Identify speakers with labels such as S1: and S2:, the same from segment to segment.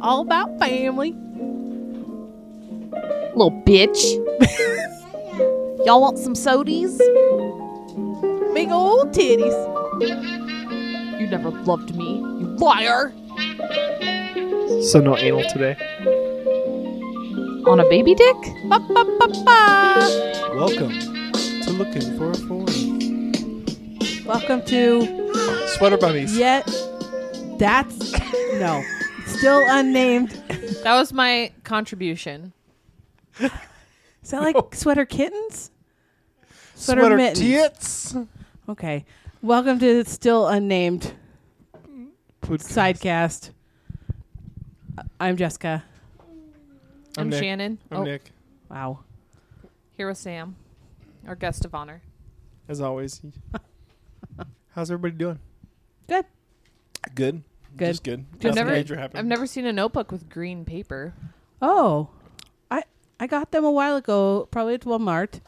S1: All about family.
S2: Little bitch. Y'all want some sodies?
S1: Big old titties.
S2: You never loved me, you liar!
S3: So no anal today.
S2: On a baby dick?
S1: Ba, ba, ba, ba.
S4: Welcome to Looking for a Foreign.
S1: Welcome to
S3: Sweater bunnies.
S1: yet. That's no, still unnamed.
S5: That was my contribution.
S1: Is that like sweater kittens? Sweater, mittens.
S3: tits.
S1: Okay. Welcome to the still unnamed sidecast. Uh, I'm Jessica.
S3: I'm
S5: I'm,
S3: Nick.
S5: Shannon.
S3: I'm
S1: Oh.
S3: Nick.
S1: Wow.
S5: Here with Sam, our guest of honor.
S3: As always. How's everybody doing?
S1: Good.
S3: Good.
S1: Good.
S3: Just good.
S5: I've
S3: Nothing
S5: never,
S3: major happened.
S5: I've never seen a notebook with green paper.
S1: Oh, I I got them a while ago, probably at Walmart,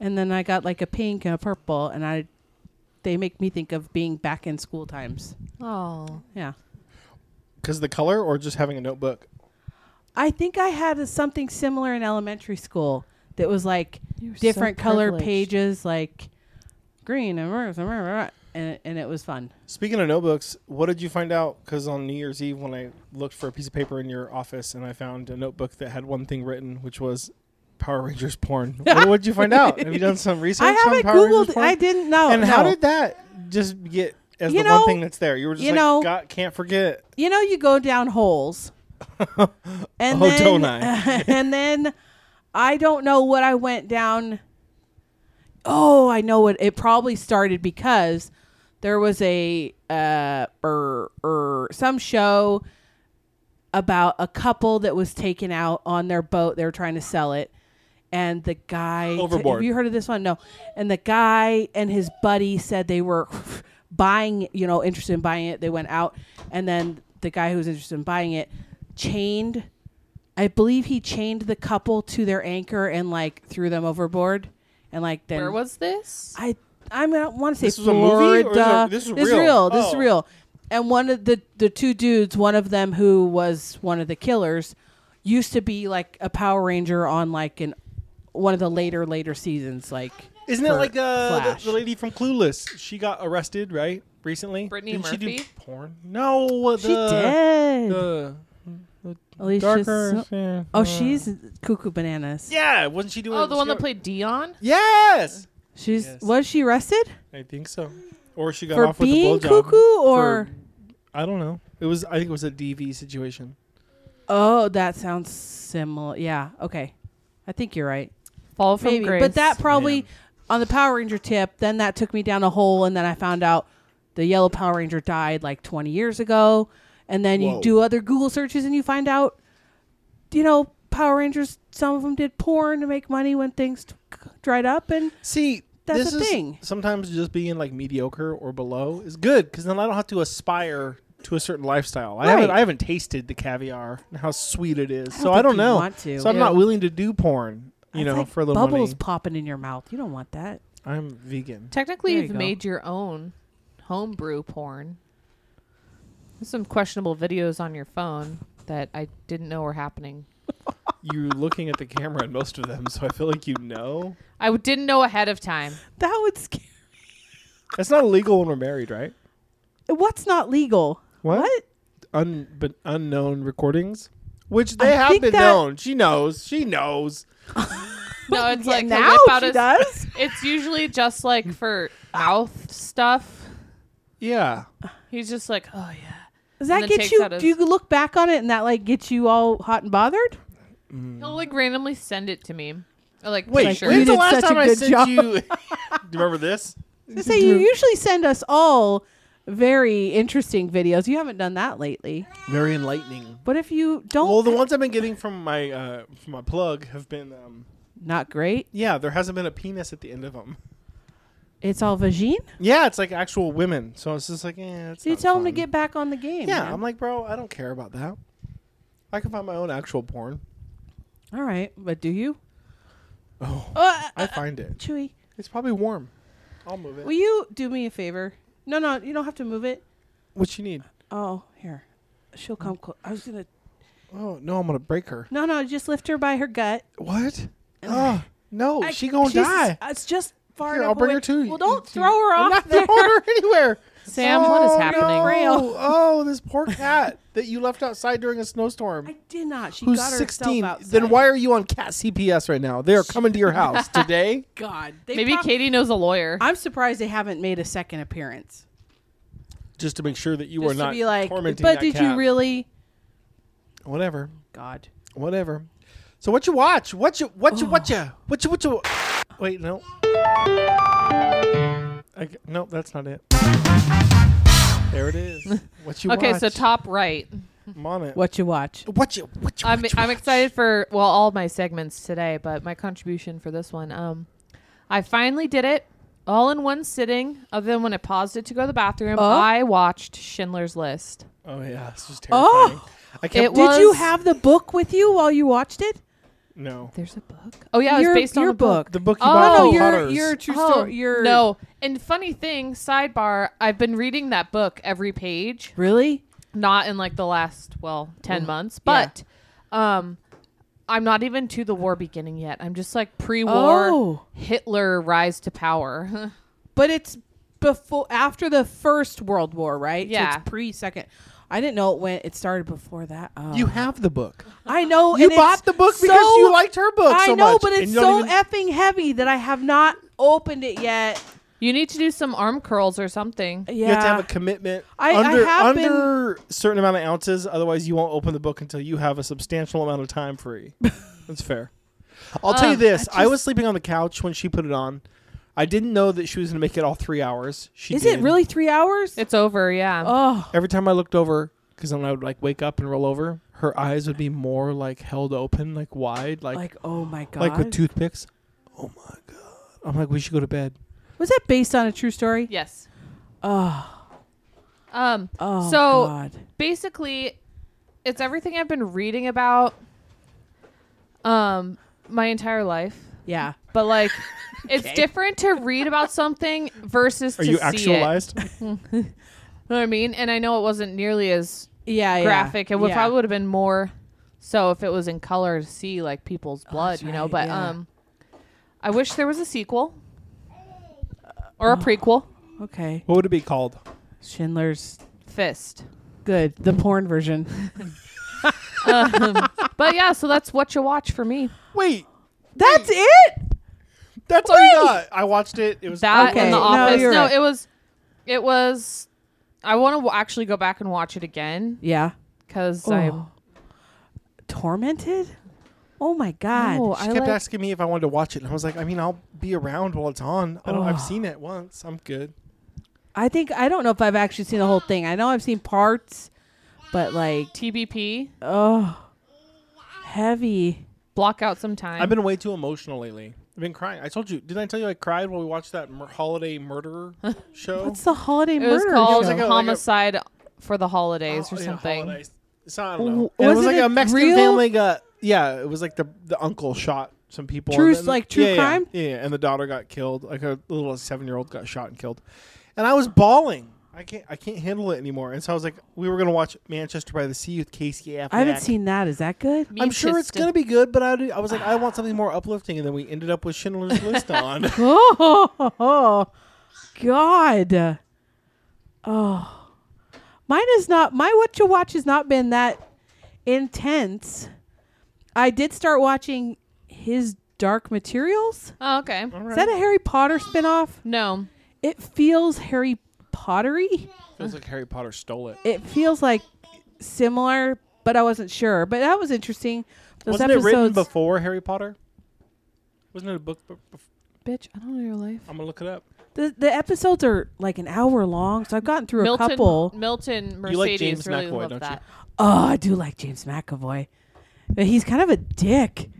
S1: and then I got like a pink and a purple, and I they make me think of being back in school times.
S5: Oh,
S1: Yeah.
S3: Because the color or just having a notebook?
S1: I think I had a, something similar in elementary school that was like different color pages, like green and rose and rah, rah, and and it was fun.
S3: Speaking of notebooks, what did you find out? Because on New Year's Eve, when I looked for a piece of paper in your office and I found a notebook that had one thing written, which was Power Rangers porn. what did you find out? Have you done some research
S1: I
S3: on
S1: haven't
S3: Power Rangers
S1: googled. it.
S3: porn?
S1: I didn't know.
S3: and how
S1: Oh, no.
S3: did that just get as
S1: You
S3: the
S1: know-
S3: one thing that's there? You were just
S1: you
S3: like,
S1: know-
S3: "God, can't forget.
S1: you know you go down holes and
S3: Oh,
S1: then,
S3: don't I?
S1: and then i don't know what i went down oh i know what it probably started because there was a uh or or some show about a couple that was taken out on their boat they were trying to sell it and the guy
S3: Overboard.
S1: have you heard of this one no and the guy and his buddy said they were buying you know interested in buying it they went out and then the guy who was interested in buying it chained i believe he chained the couple to their anchor and like threw them overboard and like then
S5: where was this?
S1: I I mean, I want to say
S3: This was a movie, or is
S1: Florida.
S3: it- this is
S1: this
S3: real?
S1: This is
S3: Oh.
S1: real. And one of the the two dudes, one of them who was one of the killers, used to be like a Power Ranger on like an one of the later later seasons. Like
S3: Isn't it
S1: for
S3: like uh,
S1: Flash.
S3: the, the lady from Clueless? She got arrested, right? Recently,
S5: Brittany
S3: Didn't She do
S5: Murphy?
S3: porn? No, the,
S1: she did.
S3: The
S1: Alicia
S3: darker.
S1: Sil- oh, she's cuckoo bananas.
S3: yeah. Wasn't she doing?
S5: oh, the one
S3: she
S5: that
S3: got-
S5: played Dion.
S3: Yes,
S1: She's
S3: Yes.
S1: was she arrested
S3: I think so. Or she got
S1: for
S3: off with
S1: being
S3: the blowjob.
S1: cuckoo or?
S3: for- I don't know. It was. I think it was a DV situation.
S1: oh, that sounds similar. Yeah. Okay, I think you're right.
S5: Fall from
S1: Maybe,
S5: grace.
S1: but that probably
S3: Man.
S1: on the Power Ranger tip. Then that took me down a hole, and then I found out the yellow Power Ranger died like 20 years ago. And then
S3: Whoa.
S1: you do other Google searches, and you find out, you know, Power Rangers. Some of them did porn to make money when things t- dried up, and
S3: See,
S1: That's
S3: this
S1: the
S3: is-
S1: thing.
S3: Sometimes just being like mediocre or below is good because then I don't have to aspire to a certain lifestyle. I haven't.
S1: Right.
S3: I haven't tasted the caviar and how sweet it is, so
S1: don't
S3: I
S1: think
S3: don't
S1: you
S3: know.
S1: want to.
S3: So I'm not
S5: Yeah.
S3: willing to do porn. You
S1: That's
S3: know,
S1: like
S3: for the
S1: bubbles
S3: money.
S1: popping in your mouth. You don't want that.
S3: I'm vegan.
S5: Technically,
S1: There you
S5: you've
S1: go.
S5: made your own homebrew porn. There's some questionable videos on your phone that I didn't know were happening.
S3: You're looking at the camera in most of them, so I feel like you know.
S5: I w- didn't know ahead of time.
S1: That would scare.
S3: That's not illegal when we're married, right?
S1: What's not legal?
S3: What?
S1: What?
S3: Un- but unknown recordings, which they
S1: I
S3: have
S1: think
S3: been
S1: that-
S3: known. She knows. She knows.
S5: No, it's
S1: Yeah,
S5: like the
S1: now
S5: whip out
S1: she
S5: a-
S1: does.
S5: It's usually just like for mouth stuff.
S3: Yeah.
S5: He's just like, oh yeah.
S1: Does
S5: And
S1: that
S5: then
S1: get
S5: takes
S1: you?
S5: out his-
S1: Do you look back on it and that like gets you all hot and bothered?
S3: Mm.
S5: He'll like randomly send it to me. Or like
S3: Wait,
S1: Like,
S5: pictures.
S1: you
S3: when's the
S1: did
S3: last
S1: such a
S3: time I
S1: good
S3: sent
S1: job.
S3: you? Do you remember this?
S1: to say you usually send us all very interesting videos. You haven't done that lately.
S3: Very enlightening.
S1: But if you don't,
S3: Well, the ones I've been getting from my uh, from my plug have been, um,
S1: not great.
S3: yeah, there hasn't been a penis at the end of them.
S1: It's all vagine.
S3: Yeah, it's like actual women. So it's just like, eh. It's
S1: So you
S3: not
S1: tell them to
S3: fun.
S1: get back on the game.
S3: Yeah,
S1: man.
S3: I'm like, bro, I don't care about that. I can find my own actual porn.
S1: all right, but do you?
S3: Oh,
S1: Uh,
S3: I find it.
S1: Chewy,
S3: It's probably warm. I'll move it.
S1: will you do me a favor? No, no, you don't have to move it.
S3: What you need?
S1: Oh, here. She'll come. Clo- I was gonna.
S3: Oh no, I'm gonna break her.
S1: No, no, just lift her by her gut.
S3: What? Oh no,
S1: I-
S3: she gonna
S1: she's- uh,
S3: die.
S1: It's just far
S3: Here,
S1: enough
S3: I'll bring
S1: away.
S3: her to you.
S1: Well, don't throw her
S3: I'm
S1: off
S3: not
S1: there.
S3: throwing her anywhere.
S5: Sam, what is
S3: Oh,
S5: happening?
S3: no.
S1: Rail.
S3: Oh, this poor cat that you left outside during a snowstorm.
S1: I did not. She
S3: Who's
S1: got herself
S3: 16?
S1: outside.
S3: Then why are you on cat CPS right now? They are coming to your house today.
S1: God, they
S5: Maybe
S1: prob-
S5: Katie knows a lawyer.
S1: I'm surprised they haven't made a second appearance.
S3: Just to make sure that you
S1: Just
S3: are
S1: to
S3: not
S1: be like,
S3: tormenting
S1: but
S3: that
S1: did you
S3: cat."
S1: really?
S3: Whatever.
S1: God,
S3: Whatever. So what you watch? What you what you what you what you what you? Wait, no. I, g- no, that's not it. There it is. What you
S5: Okay,
S3: watch?
S5: so top right.
S3: I'm on it. What,
S1: what you watch?
S3: you what you?
S5: I'm
S3: what you
S5: I'm
S3: watch?
S5: excited for well all my segments today, but my contribution for this one. Um, I finally did it all in one sitting. Other than when I paused it to go to the bathroom,
S1: Oh.
S5: I watched Schindler's List.
S3: Oh yeah, this is terrifying.
S1: Oh!
S3: I can't.
S5: It
S3: believe-
S1: Did you
S5: was-
S1: have the book with you while you watched it?
S3: no,
S5: There's a book. Oh yeah, it
S1: Your-
S5: was based on
S1: your
S5: a book.
S3: the book you
S5: Oh,
S3: bought
S5: no,
S3: from
S5: your-
S3: Potter's.
S1: your true
S5: Oh,
S1: story. Your
S5: no. And funny thing, sidebar. I've been reading that book every page,
S1: really?
S5: not in like the last well
S1: Mm-hmm.
S5: ten months, but um, I'm not even to the war beginning yet. I'm just like pre-war
S1: Oh.
S5: Hitler rise to power.
S1: But it's before after the first World War, right?
S5: Yeah.
S1: so it's pre second. I didn't know it went. It started before that. Oh.
S3: you have the book.
S1: I know. Oh,
S3: You
S1: and it's
S3: bought the book because
S1: so-
S3: you liked her book
S1: I
S3: so
S1: know,
S3: much,
S1: but
S3: and
S1: it's
S3: you
S1: so
S3: don't
S1: e-
S3: even-
S1: effing heavy that I have not opened it yet.
S5: You need to do some arm curls or something.
S1: Yeah,
S3: You have to have a commitment
S1: I- I
S3: under
S1: have been-
S3: under certain amount of ounces. Otherwise, you won't open the book until you have a substantial amount of time free. That's fair. I'll tell you
S5: Um,
S3: this: I, was sleeping on the couch when she put it on. I didn't know that she was going to make it all three hours. She
S1: Is
S3: did.
S1: it really three hours?
S5: It's over, yeah.
S1: oh,
S3: Every time I looked over, because then I would like wake up and roll over, her eyes would be more like held open, like wide, like
S1: like oh my god!
S3: like with toothpicks. Oh my god! I'm like, we should go to bed.
S1: Was that based on a true story?
S5: Yes.
S1: Oh,
S5: Um
S1: oh,
S5: So-
S1: God.
S5: basically it's everything I've been reading about um my entire life.
S1: yeah.
S5: But like it's different to read about something versus
S3: Are
S5: to
S3: you
S5: see it.
S3: actualized?
S5: You know what I mean? And I know it wasn't nearly as
S1: Yeah, yeah.
S5: graphic. It would
S1: yeah.
S5: probably would have been more so if it was in color to see like people's blood,
S1: Oh, that's
S5: you know.
S1: right,
S5: But
S1: yeah.
S5: um I wish there was a sequel. Uh-huh. Or a prequel.
S1: okay.
S3: what would it be called?
S1: Schindler's
S5: Fist.
S1: good. The porn version.
S5: um, but yeah, so that's what you watch for me.
S3: Wait,
S1: That's it.
S3: that's all you got. I watched it. It was
S5: That
S1: Okay,
S5: and the
S1: no,
S5: office. No,
S1: you're right.
S5: it was, it was. I want to w- actually go back and watch it again
S1: Yeah.
S5: because
S1: Oh.
S5: I'm.
S1: Tormented. Oh my God.
S5: No,
S3: She
S5: I
S3: kept
S5: like-
S3: asking me if I wanted to watch it, and I was like, I mean, I'll be around while it's on. I don't. I've seen it once. I'm good.
S1: I think I don't know if I've actually seen the whole thing. I know I've seen parts, but like,
S5: TBP.
S1: oh, heavy.
S5: Block out some time.
S3: I've been way too emotional lately. I've been crying. I told you, didn't I tell you I cried while we watched that mur- holiday murderer show?
S1: What's the holiday
S5: it was
S1: murder?
S5: called
S1: show?
S3: like a- like a-
S5: homicide for the holidays
S3: Oh,
S5: or
S3: yeah,
S5: something.
S3: holidays. It's not, I don't know.
S1: W-
S3: And it
S1: was
S3: was
S1: it
S3: like
S1: a
S3: a Mexican
S1: real-
S3: family got. Yeah, it was like the the uncle shot some people.
S1: True-
S3: and then-
S1: like true
S3: yeah, yeah,
S1: crime?
S3: Yeah, yeah, and the daughter got killed. Like a little seven year old got shot and killed, and I was bawling. I can't. I can't handle it anymore. And so I was like, we were gonna watch Manchester by the Sea with Casey Affleck.
S1: I haven't seen that. Is that good?
S5: Me
S3: I'm sure it's
S5: just-
S3: gonna be good, but I, do- I was like, I want something more uplifting, and then we ended up with Schindler's List on.
S1: Oh, God. Oh, mine is not. My what you watch has not been that intense. I did start watching his Dark Materials.
S5: Oh, okay.
S3: All
S1: Is
S3: right,
S1: that a Harry Potter spinoff?
S5: No,
S1: It feels Harry Pottery.
S3: feels like Harry Potter stole it.
S1: It feels like similar, but I wasn't sure. But that was interesting. Those
S3: Wasn't it written
S1: episodes.
S3: before Harry Potter? Wasn't it a book? bef- bef-
S5: bitch, I don't know your life.
S3: I'm gonna look it up.
S1: the, the episodes are like an hour long, so I've gotten through
S5: Milton,
S1: a couple.
S5: Milton Mercedes
S3: like James
S5: really
S3: McAvoy,
S5: loved
S3: don't you?
S5: that.
S1: Oh, I do like James McAvoy, but he's kind of a dick.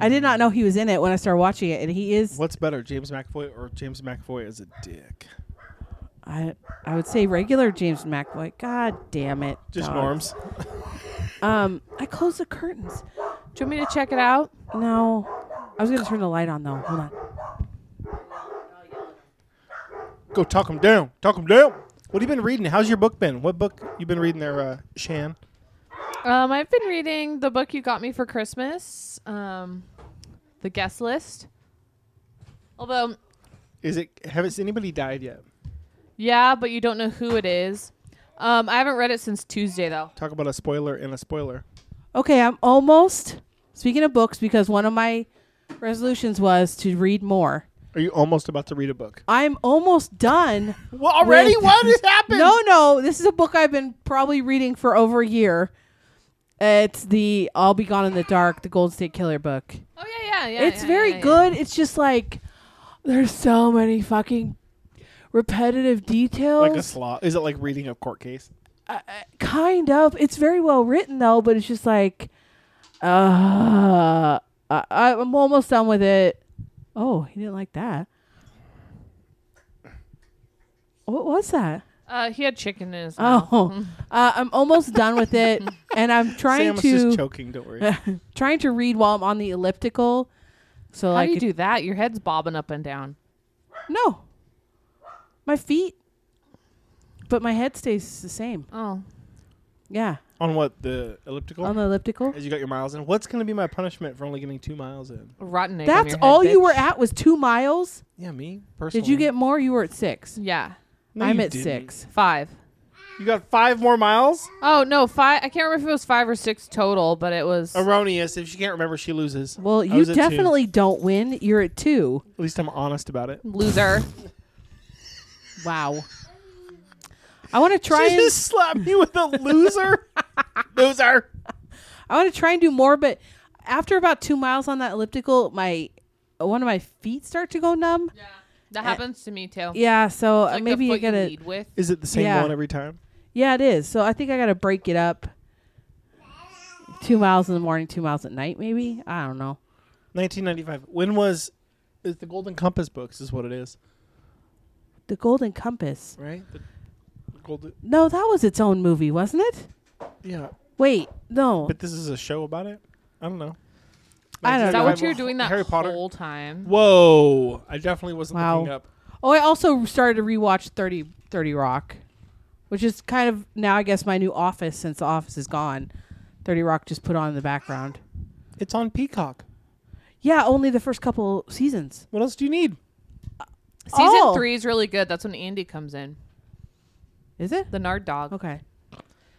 S1: I did not know he was in it when I started watching it, and he is.
S3: What's better, James McAvoy or James McAvoy as a dick?
S1: I I would say regular James McAvoy. God damn it,
S3: Just
S1: dog.
S3: norms.
S1: Um, I closed the curtains.
S5: Do you want me to check it out?
S1: No, I was gonna turn the light on though. Hold on.
S3: Go talk him down. Talk him down. What have you been reading? How's your book been? What book you been reading there, uh, Shan?
S5: Um, I've been reading the book you got me for Christmas, um, The Guest List. Although,
S3: Is it? Has anybody died yet?
S5: yeah, but you don't know who it is. Um, I haven't read it since Tuesday, though.
S3: Talk about a spoiler and a spoiler.
S1: Okay, I'm almost speaking of books because one of my resolutions was to read more.
S3: Are you almost about to read a book?
S1: I'm almost done.
S3: Well,
S1: already?
S3: What has happened?
S1: No, no, this is a book I've been probably reading for over a year. It's the I'll Be Gone in the Dark, the Gold State Killer book.
S5: Oh, yeah, yeah, yeah.
S1: it's
S5: yeah,
S1: very
S5: yeah, yeah.
S1: good. It's just like there's so many fucking repetitive details.
S3: Like a slot. Is it like reading a court case?
S1: uh, kind of. It's very well written though, but it's just like, uh, I, I'm almost done with it. Oh, he didn't like that. What was that?
S5: Uh, he had chicken in his mouth.
S1: Oh, uh, I'm almost done with it, and I'm trying
S3: Sam is just
S1: to
S3: choking. Don't worry.
S1: trying to read while I'm on the elliptical. So
S5: How
S1: like,
S5: do you
S1: it-
S5: do that? Your head's bobbing up and down.
S1: no, my feet, but my head stays the same.
S5: Oh,
S1: Yeah,
S3: On what the elliptical?
S1: on the elliptical.
S3: As you got your miles in. What's going to be my punishment for only getting two miles in?
S5: rotten egg. on
S1: That's
S5: your head,
S1: all you
S5: bitch.
S1: were at was two miles.
S3: Yeah, me personally.
S1: Did you get more? You were at six.
S5: Yeah,
S3: No,
S1: I'm
S3: you
S1: at
S3: didn't.
S1: six.
S5: five.
S3: You got five more miles.
S5: Oh no, five. I can't remember if it was five or six total, but it was.
S3: Erroneous. If she can't remember, she loses.
S1: Well,
S3: I
S1: you
S3: was at two.
S1: definitely don't win. You're at two.
S3: At least I'm honest about it.
S5: Loser.
S1: Wow. I want to try
S3: she
S1: and
S3: just slapped me with a loser. loser.
S1: I want to try and do more, but after about two miles on that elliptical, my one of my feet start to go numb. Yeah,
S5: That happens to me
S1: so uh,
S5: too. Like the
S1: maybe
S5: foot
S1: I gotta.
S5: lead with.
S3: Is it the same
S1: Yeah.
S3: one every time?
S1: Yeah, it is. So I think I gotta break it up. Two miles in the morning, two miles at night, maybe. I don't know.
S3: 1995. When was? Is the Golden Compass books? Is what it is,
S1: The Golden Compass.
S3: right? The, the Golden.
S1: No, that was its own movie, wasn't it?
S3: Yeah,
S1: Wait, no.
S3: but this is a show about it. I don't know.
S1: I don't
S5: Is that
S1: know.
S5: what you were doing that
S3: Harry Potter.
S5: whole time?
S3: Whoa! I definitely wasn't
S1: Wow.
S3: looking up.
S1: Oh, I also started to rewatch 30, 30 Rock, which is kind of now, I guess, my new office since the office is gone. 30 Rock just put on in the background.
S3: It's on Peacock.
S1: Yeah, only the first couple seasons.
S3: What else do you need?
S5: Season
S1: Oh.
S5: three is really good. That's when Andy comes in,
S1: Is it?
S5: the Nard Dog.
S1: Okay.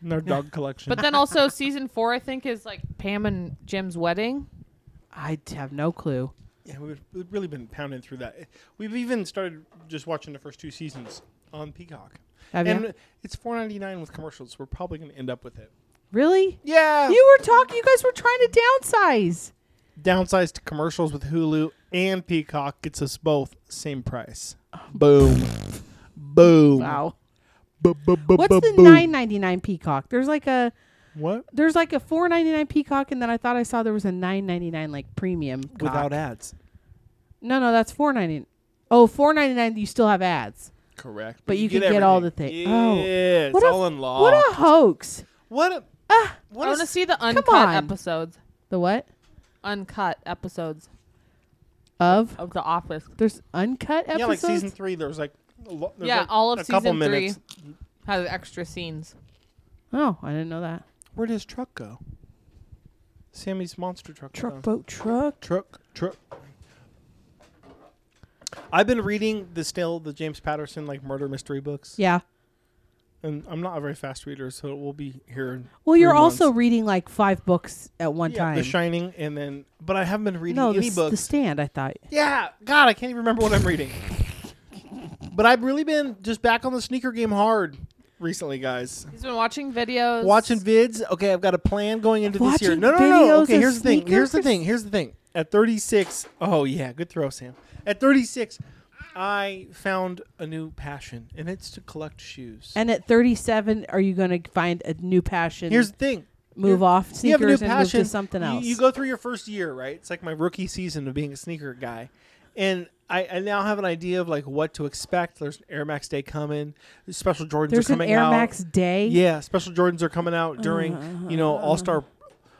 S3: No dog collection.
S5: But then also season four, I think, is like Pam and Jim's wedding.
S1: I d- have no clue.
S3: yeah, we've, we've really been pounding through that. We've even started just watching the first two seasons on Peacock,
S1: Have
S3: and
S1: you?
S3: it's four ninety nine with commercials. We're probably going to end up with it.
S1: Really?
S3: Yeah.
S1: You were talking, you guys were trying to downsize.
S3: downsized to commercials with Hulu and Peacock gets us both same price. Boom. Boom.
S1: Wow.
S3: Bu- bu- bu-
S1: What's
S3: bu-
S1: the
S3: boom.
S1: nine ninety nine peacock? There's like a
S3: What?
S1: there's like a four ninety nine peacock, and then I thought I saw there was a nine ninety nine like premium. cock.
S3: Without ads.
S1: No, no, that's four ninety. Oh, four ninety nine. You still have ads.
S3: Correct.
S1: But you can get all the
S3: everything.
S1: thing- oh.
S3: Yeah, it's
S1: What a-
S3: all unlocked.
S1: What a Ah, hoax!
S3: What a
S5: I
S3: what
S5: want
S3: a
S5: to
S3: s-
S5: see the uncut
S1: on.
S5: episodes.
S1: The what
S5: Uncut episodes
S1: of?
S5: of The Office.
S1: There's uncut episodes.
S3: Oh. Yeah, like season three there was like a lo- there's
S5: yeah,
S3: like
S5: all of
S3: a couple
S5: season three
S3: minutes.
S5: has extra scenes.
S1: oh, I didn't know that.
S3: Where does truck go? Sammy's monster truck.
S1: Truck
S3: gone.
S1: boat truck.
S3: truck truck i've been reading the still the james patterson like murder mystery books
S1: Yeah.
S3: and i'm not a very fast reader so it will be here in
S1: Well,
S3: three
S1: you're
S3: months.
S1: also reading like five books at one
S3: yeah,
S1: time.
S3: the shining and then but i haven't been reading
S1: no, the,
S3: any
S1: s- the
S3: books
S1: stand. I thought.
S3: yeah god i can't even remember what i'm reading but i've really been just back on the sneaker game hard recently guys
S5: He's been watching videos.
S3: watching vids okay i've got a plan going into this year
S1: Watching
S3: no no no, no
S1: videos
S3: okay
S1: of
S3: here's the thing here's the
S1: sneakers?
S3: thing here's the thing at 36 oh yeah good throw sam at 36 i found a new passion and it's to collect shoes
S1: And at 37, are you going to find a new passion?
S3: here's the thing
S1: move
S3: you're-
S1: off
S3: you have a new
S1: sneakers and move
S3: passion
S1: to something
S3: You-
S1: else.
S3: You, go through your first year right it's like my rookie season of being a sneaker guy and I, I now have an idea of like what to expect. There's an Air Max Day coming. Special Jordans
S1: There's
S3: are
S1: an
S3: coming
S1: Air
S3: out.
S1: Max day.
S3: Yeah, special Jordans are coming
S1: Uh-huh,
S3: out during you know All Star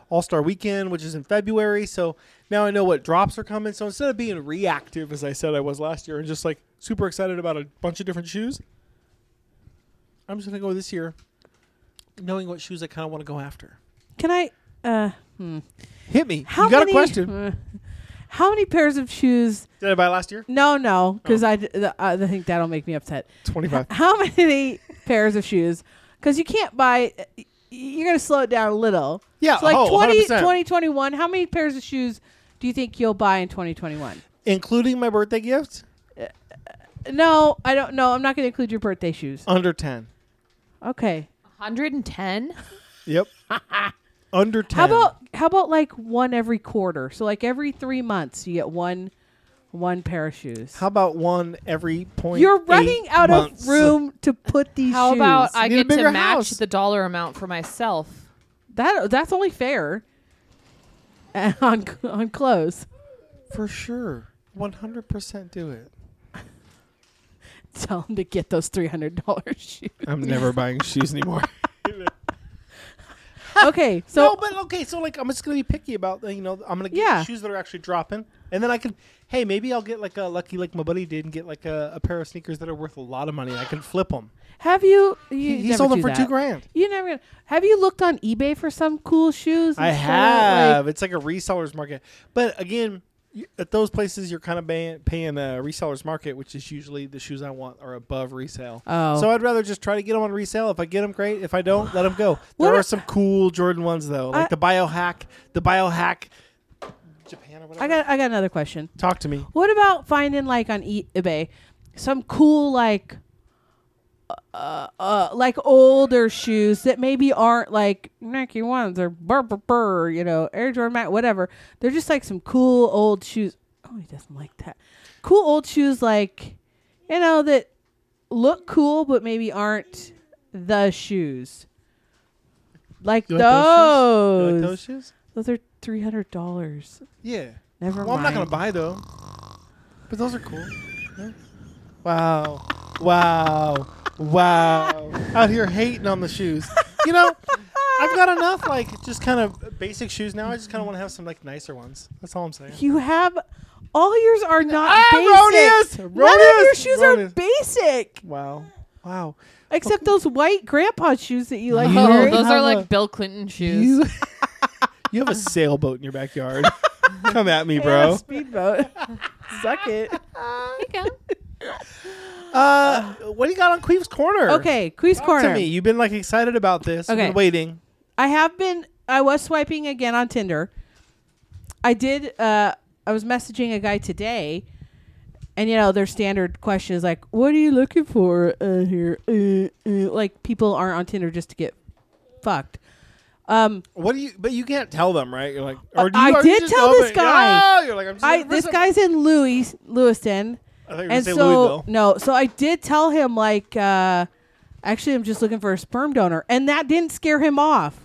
S3: All Star Weekend, which is in February. So now I know what drops are coming. So instead of being reactive as I said I was last year and just like super excited about a bunch of different shoes, I'm just gonna go this year, knowing what shoes I kind of want to go after.
S1: Can I? Uh, hmm.
S3: Hit me.
S1: How
S3: you got
S1: many,
S3: a question?
S1: uh, how many pairs of shoes?
S3: Did I buy last year?
S1: No, no, because I, d- the- I think that'll make me upset.
S3: Twenty-five.
S1: How many pairs of shoes? Because you can't buy. uh, y- You're gonna slow it down a little.
S3: Yeah,
S1: So like
S3: oh,
S1: 20,
S3: 100%.
S1: 2021, How many pairs of shoes do you think you'll buy in twenty twenty one?
S3: Including my birthday gift,
S1: No, I don't know. I'm not gonna include your birthday shoes.
S3: under ten.
S1: Okay.
S5: 110?
S3: Yep. under ten.
S1: How about how about like one every quarter? So like every three months you get one one pair of shoes.
S3: How about one every point?
S1: You're running
S3: eight
S1: out
S3: months?
S1: of room to put these
S5: How
S1: shoes.
S5: about I
S3: Need a
S5: get to
S3: bigger
S5: match
S3: house.
S5: the dollar amount for myself?
S1: that that's only fair. on on clothes.
S3: For sure. One hundred percent do it.
S1: Tell them to get those three hundred dollars shoes.
S3: I'm never buying shoes anymore.
S1: Okay, so
S3: no, but okay, so like I'm just gonna be picky about the- you know I'm gonna get
S1: Yeah.
S3: shoes that are actually dropping, and then I can hey maybe I'll get like a lucky like my buddy did and get like a, a pair of sneakers that are worth a lot of money. I can flip them.
S1: have you? you
S3: He, he
S1: never
S3: sold them
S1: do
S3: for two
S1: that.
S3: grand.
S1: You never gonna- have you looked on eBay for some cool shoes? and
S3: I
S1: stuff?
S3: have. it's like a reseller's market, but again, you, at those places you're kind of paying paying a reseller's market, which is usually the shoes I want are above resale.
S1: Oh.
S3: so I'd rather just try to get them on resale. If I get them, great. If I don't, let them go. There
S1: What
S3: are
S1: a-
S3: some cool Jordan ones though, like
S1: I-
S3: the biohack, the biohack, Japan or whatever.
S1: I got I got another question.
S3: Talk to me.
S1: What about finding like on e- eBay some cool like uh, uh like older shoes that maybe aren't like Nike ones or burr burr burr you know Air Jordan Max whatever. They're just like some cool old shoes. Oh, he doesn't like that. Cool old shoes like you know that look cool but maybe aren't the shoes. Like
S3: You
S1: those.
S3: like those shoes? You like those shoes?
S1: those are three hundred dollars.
S3: Yeah.
S1: Never
S3: Well, I'm
S1: mind.
S3: not gonna buy though. But those are cool. Yeah. Wow, wow, wow! Out here hating on the shoes. You know, I've got enough like just kind of basic shoes now. I just kind of want to have some like nicer ones. That's all I'm saying.
S1: You have all yours are not
S3: Ah,
S1: basic.
S3: erroneous!
S1: None of your
S3: Erroneous!
S1: shoes
S3: Erroneous.
S1: are basic,
S3: Wow, wow.
S1: except those white grandpa shoes that you like.
S3: You-
S5: Oh,
S1: wearing.
S5: those
S3: have
S5: are
S3: a-
S5: like Bill Clinton shoes.
S3: You, you have a sailboat in your backyard. Come at me,
S1: And a
S3: bro.
S1: speedboat. Suck it.
S3: Uh, what do you got on Queef's Corner?
S1: Okay, Queef's
S3: Talk
S1: corner.
S3: to me. You've been like excited about this. Okay,
S1: Okay.
S3: been waiting.
S1: I have been. I was swiping again on Tinder. I did. Uh, I was messaging a guy today, and you know their standard question is like, "What are you looking for uh, here?" Uh, uh," Like people aren't on Tinder just to get fucked. Um,
S3: What do you? But you can't tell them, right? You're like, or do
S1: Uh, I
S3: you, or you
S1: did
S3: just
S1: tell
S3: know,
S1: this
S3: but-
S1: guy.
S3: No, you're like, I'm just
S1: I
S3: looking for
S1: this
S3: some-
S1: guy's in Louis Lewiston,
S3: I thought you were gonna
S1: and
S3: say
S1: so
S3: Louisville.
S1: no, so I did tell him like, uh, actually, I'm just looking for a sperm donor, and that didn't scare him off.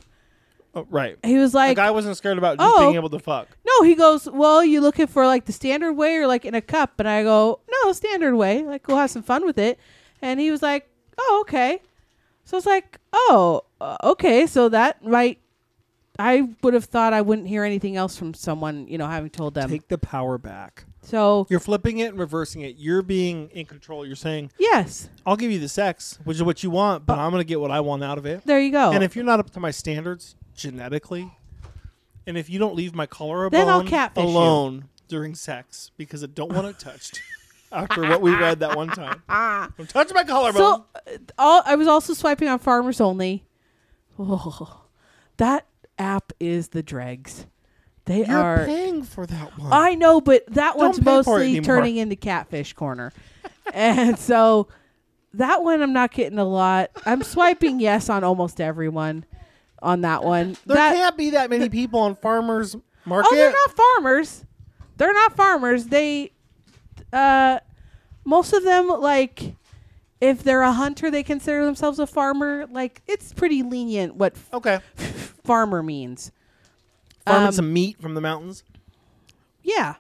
S3: Oh, right.
S1: He was like,
S3: the guy wasn't scared about just
S1: "Oh."
S3: being able to fuck.
S1: no, he goes, well, you looking for like the standard way or like in a cup? And I go, no, standard way. Like we'll have some fun with it. And he was like, oh, okay. So I was like, oh, uh, okay. So that might, I would have thought I wouldn't hear anything else from someone, you know, having told them.
S3: the power back.
S1: so
S3: You're flipping it and reversing it. You're being in control. You're saying,
S1: yes,
S3: "I'll give you the sex, which is what you want,
S1: Uh,
S3: but I'm gonna get what I want out of it."
S1: there you go.
S3: And if you're not up to my standards genetically, and if you don't leave my collarbone
S1: Then I'll catfish you.
S3: alone during sex because I don't want it touched. After what we read that one time, don't touch my collarbone.
S1: So, uh, all, I was also swiping on Farmers Only. Oh, that app is the dregs. They
S3: you're
S1: are.
S3: paying for that one.
S1: I know, but that one's
S3: pay for it
S1: mostly
S3: anymore.
S1: turning into catfish corner, and so that one I'm not getting a lot. I'm swiping yes on almost everyone on that one.
S3: There
S1: that
S3: can't be that many people on farmers market.
S1: oh, they're not farmers. They're not farmers. They, uh, most of them like, if they're a hunter, they consider themselves a farmer. Like it's pretty lenient what f-
S3: okay,
S1: farmer means.
S3: farming
S1: Um,
S3: some meat from the mountains.
S1: Yeah.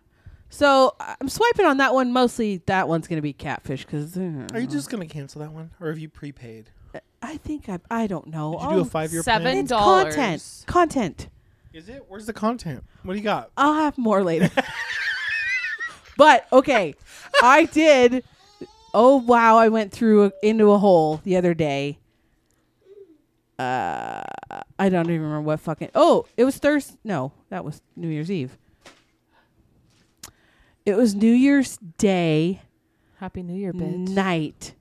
S1: So I- I'm swiping on that one mostly. That one's gonna be catfish because
S3: Are
S1: Mm-hmm.
S3: you just gonna cancel that one, or have you prepaid?
S1: uh, I think I I don't know.
S3: Did you do
S1: I'll-
S3: a five-year
S5: Seven.
S3: plan?
S1: it's content.
S5: $10.
S1: Content.
S3: Is it? Where's the content? What do you got?
S1: I'll have more later. but okay, I did. Oh wow, I went through a, into a hole the other day. Uh, I don't even remember what fucking. Oh, it was Thursday. No, that was New Year's Eve. It was New Year's Day
S5: Happy New Year, bitch.
S1: night,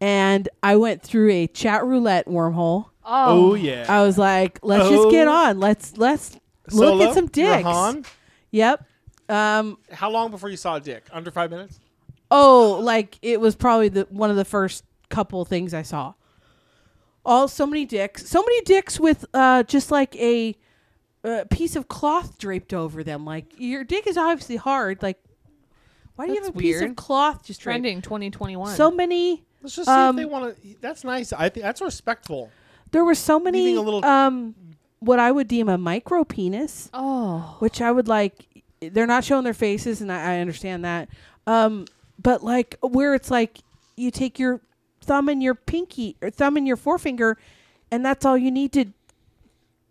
S1: and I went through a chat roulette wormhole.
S5: oh,
S3: yeah.
S1: I was like, let's just get on. Let's let's look
S3: Solo?
S1: Uh, at some dicks.
S3: Rahan?
S1: Yep. Um.
S3: How long before you saw a dick? Under five minutes?
S1: Oh, like it was probably the one of the first couple things I saw. All so many dicks, so many dicks with uh just like a uh, piece of cloth draped over them. Like your dick is obviously hard. Like why do you have
S5: That's
S1: a piece of
S5: weird.
S1: cloth just draped?
S5: trending 2021.
S1: So many.
S3: Let's just see
S1: Um,
S3: if they want to. That's nice. I think that's respectful.
S1: There were so many.
S3: Leaving a little-
S1: um, what I would deem a micro penis.
S5: oh,
S1: which I would like. They're not showing their faces, and I, I understand that. Um, but like where it's like you take your thumb and your pinky or thumb and your forefinger, and that's all you need to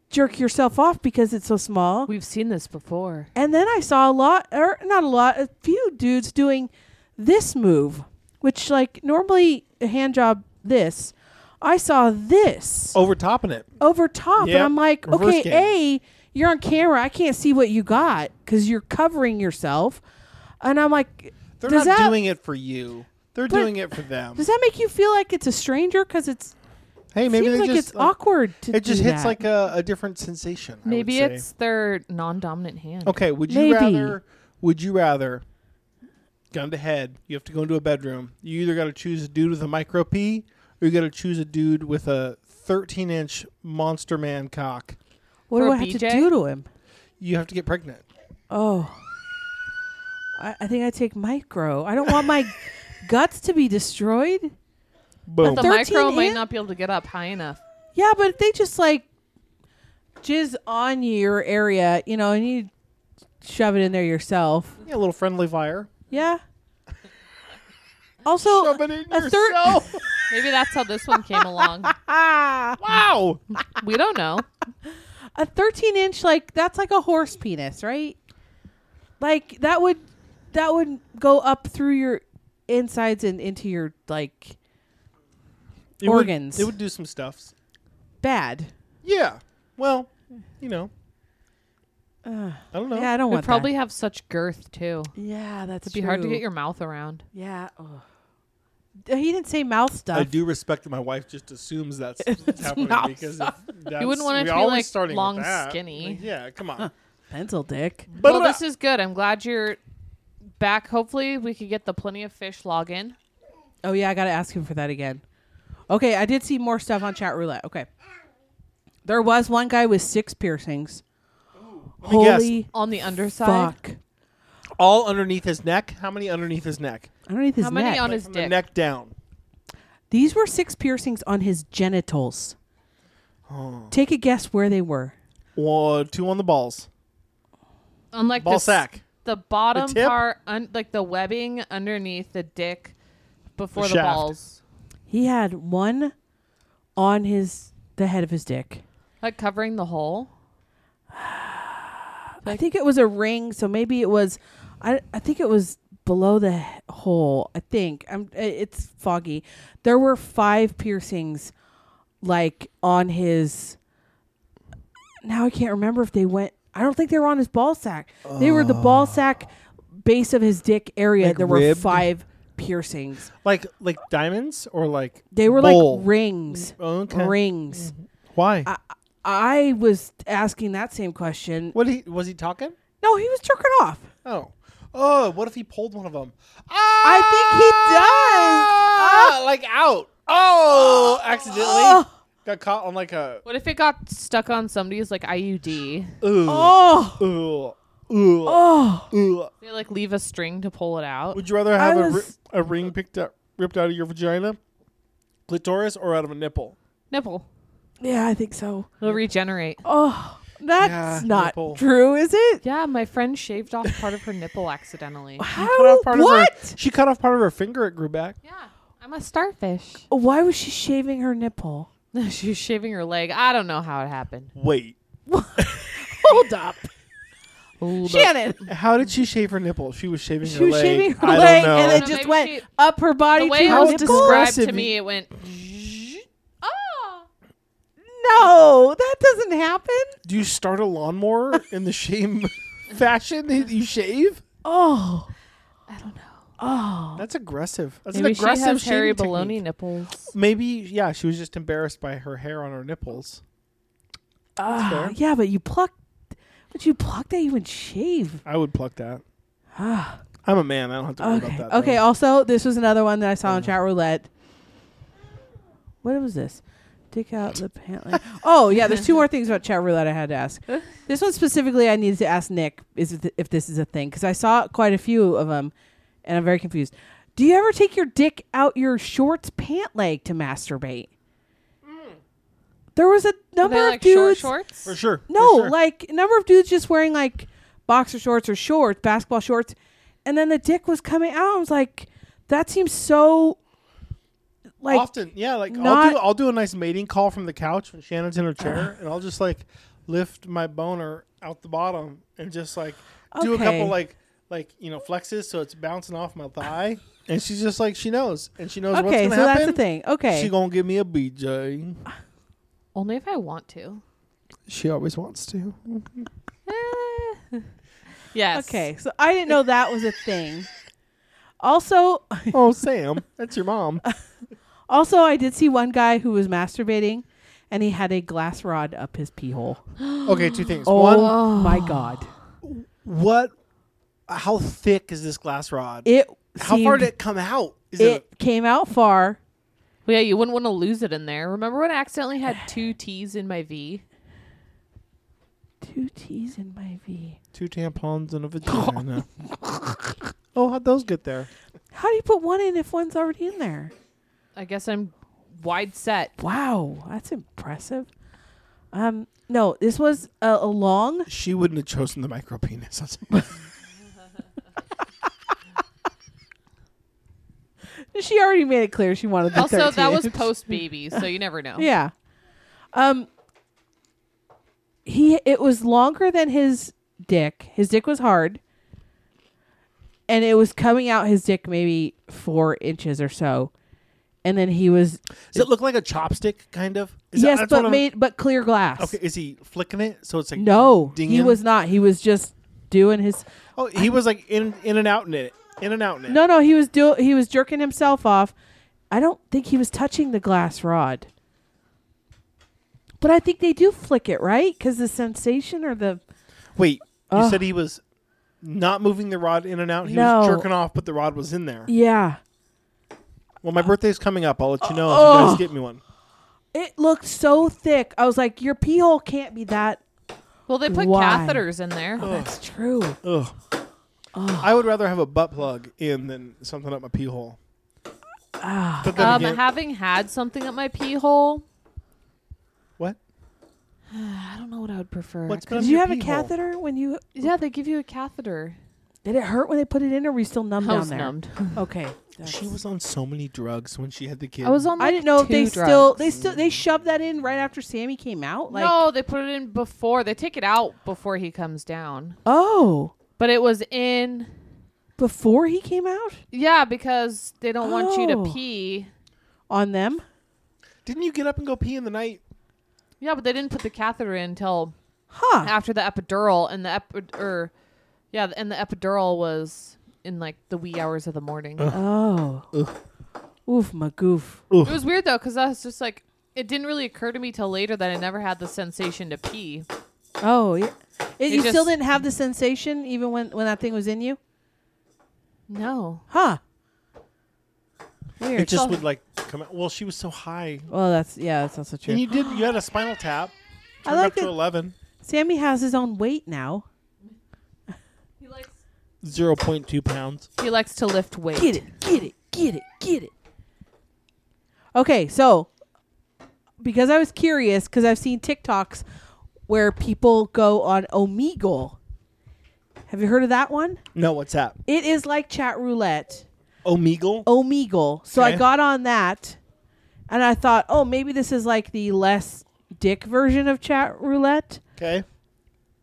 S1: jerk yourself off because it's so small.
S5: we've seen this before.
S1: And then I saw a lot, or not a lot, a few dudes doing this move, which like normally a hand job. This, I saw this
S3: Overtopping it.
S1: over top
S3: Yep.
S1: and i'm like
S3: Reverse
S1: okay
S3: game.
S1: a you're on camera i can't see what you got because you're covering yourself and i'm like
S3: They're
S1: does
S3: not
S1: that
S3: doing it for you. They're
S1: But-
S3: doing it for them.
S1: does that make you feel like it's a stranger because it's
S3: hey, maybe
S1: seems
S3: they
S1: like
S3: just
S1: it's
S3: like,
S1: awkward to
S3: It just
S1: do
S3: hits
S1: that.
S3: like a, a different sensation. I would
S5: Maybe
S3: say.
S5: it's their non-dominant hand.
S3: okay. Would you
S1: Maybe.
S3: rather? Would you rather? Gun to head. You have to go into a bedroom. You either got to choose a dude with a micro P, or you got to choose a dude with a 13 inch monster man cock.
S1: what
S5: for
S1: do
S5: a
S1: i have to
S5: BJ?
S1: do to him
S3: You have to get pregnant.
S1: oh I, I think i take micro i don't want my guts to be destroyed
S3: Boom.
S5: The
S1: 13
S5: micro might
S1: in?
S5: not be able to get up high enough.
S1: yeah but if they just like jizz on your area you know and you shove it in there yourself
S3: Yeah, a little friendly fire.
S1: yeah also
S3: Shove it in
S1: a third-
S3: yourself.
S5: Maybe that's how this one came along.
S3: wow.
S5: We don't know.
S1: ah, a 13 inch like that's like a horse penis right like that would that would go up through your insides and into your like
S3: It would-
S1: Organs.
S3: it would do some stuffs.
S1: bad
S3: Yeah. Well, you know. I don't know.
S1: yeah i don't
S5: Would
S1: want
S5: Oh, probably have such girth too.
S1: that. yeah that's
S5: It'd be hard to get your mouth around.
S1: yeah ugh. he didn't say mouth stuff
S3: I do respect that my wife just assumes that's what's happening
S1: not
S3: because if that's,
S5: you wouldn't want it
S3: we
S5: to be
S3: always
S5: like
S3: starting with
S5: long,
S3: that.
S5: skinny.
S3: Yeah, come on.
S1: pencil dick
S3: But
S5: well, this is good. I'm glad you're back. Hopefully, we could get the plenty of fish login.
S1: oh yeah i gotta ask him for that again okay i did see more stuff on chat roulette okay there was one guy with six piercings
S3: me guess.
S1: holy
S5: on the underside.
S1: fuck
S3: all underneath his neck. How many underneath his neck?
S1: underneath his
S5: How many
S1: neck.
S5: on his
S3: From the
S5: dick?
S3: neck down.
S1: These were six piercings on his genitals. Take a guess where they were.
S3: One, two on the balls.
S5: on like
S3: Ball
S5: the, s-
S3: sack.
S5: the bottom
S3: The tip?
S5: part, un- like the webbing underneath the dick before
S3: The
S5: the,
S3: shaft.
S5: balls,
S1: He had one on his the head of his dick.
S5: like covering the hole.
S1: I think it was a ring, so maybe it was. I I think it was below the he- hole. I think I'm. i- It's foggy. There were five piercings, like on his. Now I can't remember if they went. I don't think they were on his ball sack. They were the ball sack base of his dick area.
S3: Ah. Like
S1: there
S3: ribbed?
S1: were five piercings.
S3: Like like diamonds or like
S1: They were
S3: bowl? Mm,
S1: like rings.
S3: Okay. Mm-hmm.
S1: Rings.
S3: Why?
S1: I was asking that same question.
S3: what he was he talking?
S1: No, he was jerking off.
S3: Oh. Oh, what if he pulled one of them? Ah!
S1: I think he does.
S3: Ah, like out. Oh, accidentally got caught on like a
S5: What if it got stuck on somebody's like IUD?
S3: ooh,
S1: Oh,
S3: ooh, ooh,
S1: oh.
S3: ooh.
S5: They like leave a string to pull it out.
S3: Would you rather have
S1: I
S3: a, ri-
S1: was-
S3: a ring picked up, ripped out of your vagina, clitoris, or out of a nipple?
S5: Nipple.
S1: Yeah, I think so.
S5: It'll regenerate.
S1: Oh, that's
S3: Yeah,
S1: not
S3: nipple.
S1: true, is it?
S5: Yeah, my friend shaved off part of her nipple accidentally.
S3: Cut
S1: How?
S3: off part
S1: what?
S3: Of her, she cut off part of her finger. It grew back.
S5: Yeah, I'm a starfish.
S1: Why was she shaving her nipple?
S5: she was shaving her leg. I don't know how it happened.
S3: Wait,
S1: Hold up, Shannon.
S3: how did she shave her nipple? She was shaving
S1: She
S3: her
S1: was
S3: leg.
S1: shaving her
S3: I
S1: leg
S3: don't know.
S1: and
S5: No,
S1: then just went
S5: maybe she-
S1: up her body
S5: the way
S1: to
S5: it
S1: her
S3: how
S5: was
S1: nipple.
S5: described
S3: aggressive
S5: to
S3: you-
S5: me, it went. Oh,
S1: No, that doesn't happen.
S3: Do you start a lawnmower in the same fashion that you shave?
S1: Oh,
S5: I don't know.
S1: oh,
S3: That's aggressive. That's
S5: Maybe
S3: an
S5: she
S3: aggressive
S5: has hairy
S3: shaving
S5: baloney
S3: technique.
S5: nipples.
S3: Maybe yeah, she was just embarrassed by her hair on her nipples.
S1: Ah,
S3: fair.
S1: yeah. But you pluck, but you pluck that you would shave.
S3: I would pluck that.
S1: Ah,
S3: I'm a man. I don't have to worry
S1: okay.
S3: about that.
S1: okay.
S3: though.
S1: Also, this was another one that I saw on chat roulette. What was this? Dick out the pant leg. Oh yeah, there's two more things about chat roulette I had to ask. This one specifically, I needed to ask Nick is it if this is a thing because I saw quite a few of them, and I'm very confused. Do you ever take your dick out your shorts pant leg to masturbate? There was a
S5: Are
S1: number
S5: they
S1: of
S5: like short
S1: dudes.
S5: shorts?
S3: for sure. for
S1: No,
S3: sure.
S1: like a number of dudes just wearing like boxer shorts or shorts, basketball shorts, and then the dick was coming out. I was like, that seems so like
S3: often, yeah. Like I'll
S1: not-
S3: do I'll do a nice mating call from the couch when Shannon's in her chair, and I'll just like lift my boner out the bottom and just like do a
S1: Okay.
S3: couple like like you know flexes so it's bouncing off my thigh, and she's just like she knows and she knows what's
S1: okay.
S3: gonna
S1: So
S3: happen.
S1: that's the thing. Okay,
S3: She gonna give me a BJ.
S5: Only if I want to.
S3: She always wants to.
S5: Eh. yes.
S1: okay. So I didn't know that was a thing. Also,
S3: Oh, Sam, that's your mom.
S1: also I did see one guy who was masturbating, and he had a glass rod up his pee hole.
S3: Okay, two things.
S1: Oh
S3: One,
S1: my god!
S3: what? How thick is this glass rod?
S1: It
S3: how far
S1: seemed-
S3: did it come out? Is
S1: it came out far.
S5: Well, yeah, you wouldn't want to lose it in there. Remember when I accidentally had two T's in my V?
S1: Two T's in my V.
S3: two tampons and a vagina? oh, how'd those get there?
S1: How do you put one in if one's already in there?
S5: I guess I'm wide set.
S1: Wow, that's impressive. Um, no, this was a, a long.
S3: She wouldn't have chosen the micro penis.
S1: She already made it clear she wanted the
S5: Also, that
S1: 13
S5: was
S1: inch.
S5: post baby, so you never know.
S1: Yeah. Um. He it was longer than his dick. His dick was hard, and it was coming out his dick maybe four inches or so, and then he was
S3: Does it look like a chopstick, kind of? Is that-
S1: yes,
S3: that's what
S1: but
S3: I'm-
S1: made but clear glass.
S3: Okay, is he flicking it so it's like
S1: No, he
S3: dinging?
S1: was not. He was just doing his.
S3: Oh, he was like in in and out in it, in and out in it.
S1: No, no, he was do he was jerking himself off. I don't think he was touching the glass rod. But I think they do flick it, right? Cuz the sensation or the
S3: Wait, you
S1: Ugh.
S3: said he was not moving the rod in and out. He was
S1: No.
S3: jerking off, but the rod was in there.
S1: Yeah.
S3: Well,
S1: Uh,
S3: my birthday's coming up. I'll let you know if you guys
S1: Ugh.
S3: get me one.
S1: It looked so thick. I was like, your pee hole can't be that.
S5: Well, they put
S1: Why?
S5: catheters in there.
S1: Oh, that's true.
S3: Ugh. I would rather have a butt plug in than something up my pee hole.
S1: Ah.
S3: But then
S5: Um,
S3: again-
S5: having had something at my pee hole,
S3: what?
S5: I don't know what I would prefer.
S3: What's been
S1: Did
S3: up
S1: you
S3: your
S1: have a
S3: pee hole?
S1: catheter when you
S5: yeah, they give you a catheter.
S1: Did it hurt when they put it in or were you still numb
S5: I
S1: down
S5: was
S1: there?
S5: numbed.
S1: Okay.
S3: She was on so many drugs when she had the kid.
S5: I was on. Like
S1: I didn't know if
S5: two
S1: they
S5: drugs.
S1: still they still they shoved that in right after Sammy came out like
S5: no, they put it in before. They take it out before he comes down.
S1: oh
S5: But it was in.
S1: before he came out
S5: Yeah, because they don't want you
S1: Oh.
S5: to pee.
S1: on them
S3: Didn't you get up and go pee in the night?
S5: Yeah, but they didn't put the catheter in until
S1: huh
S5: after the epidural, and the epi- or yeah, and the epidural was in like the wee hours of the morning.
S1: Oh. Oof, my goof.
S5: It was weird though, because I was just like, it didn't really occur to me till later that I never had the sensation to pee.
S1: Oh, yeah. It,
S5: It
S1: you still
S5: just-
S1: didn't have the sensation even when, when that thing was in you?
S5: No,
S1: Huh.
S3: It
S1: Weird.
S3: just would like come out. Well, she was so high.
S1: well, that's, yeah, that's also true.
S3: And you did. You had a spinal tap.
S1: I
S3: Turned
S1: like
S3: up to
S1: that-
S3: eleven.
S1: Sammy has his own weight now.
S5: he likes
S3: Zero point two pounds.
S5: he likes to lift weight.
S1: Get it, get it, get it, get it. Okay, so because I was curious, because I've seen TikToks where people go on Omegle. Have you heard of that one?
S3: No, what's that?
S1: It is like chat roulette.
S3: Omegle.
S1: Omegle. So I
S3: Okay.
S1: got on that and I thought, oh, maybe this is like the less dick version of chat roulette.
S3: Okay.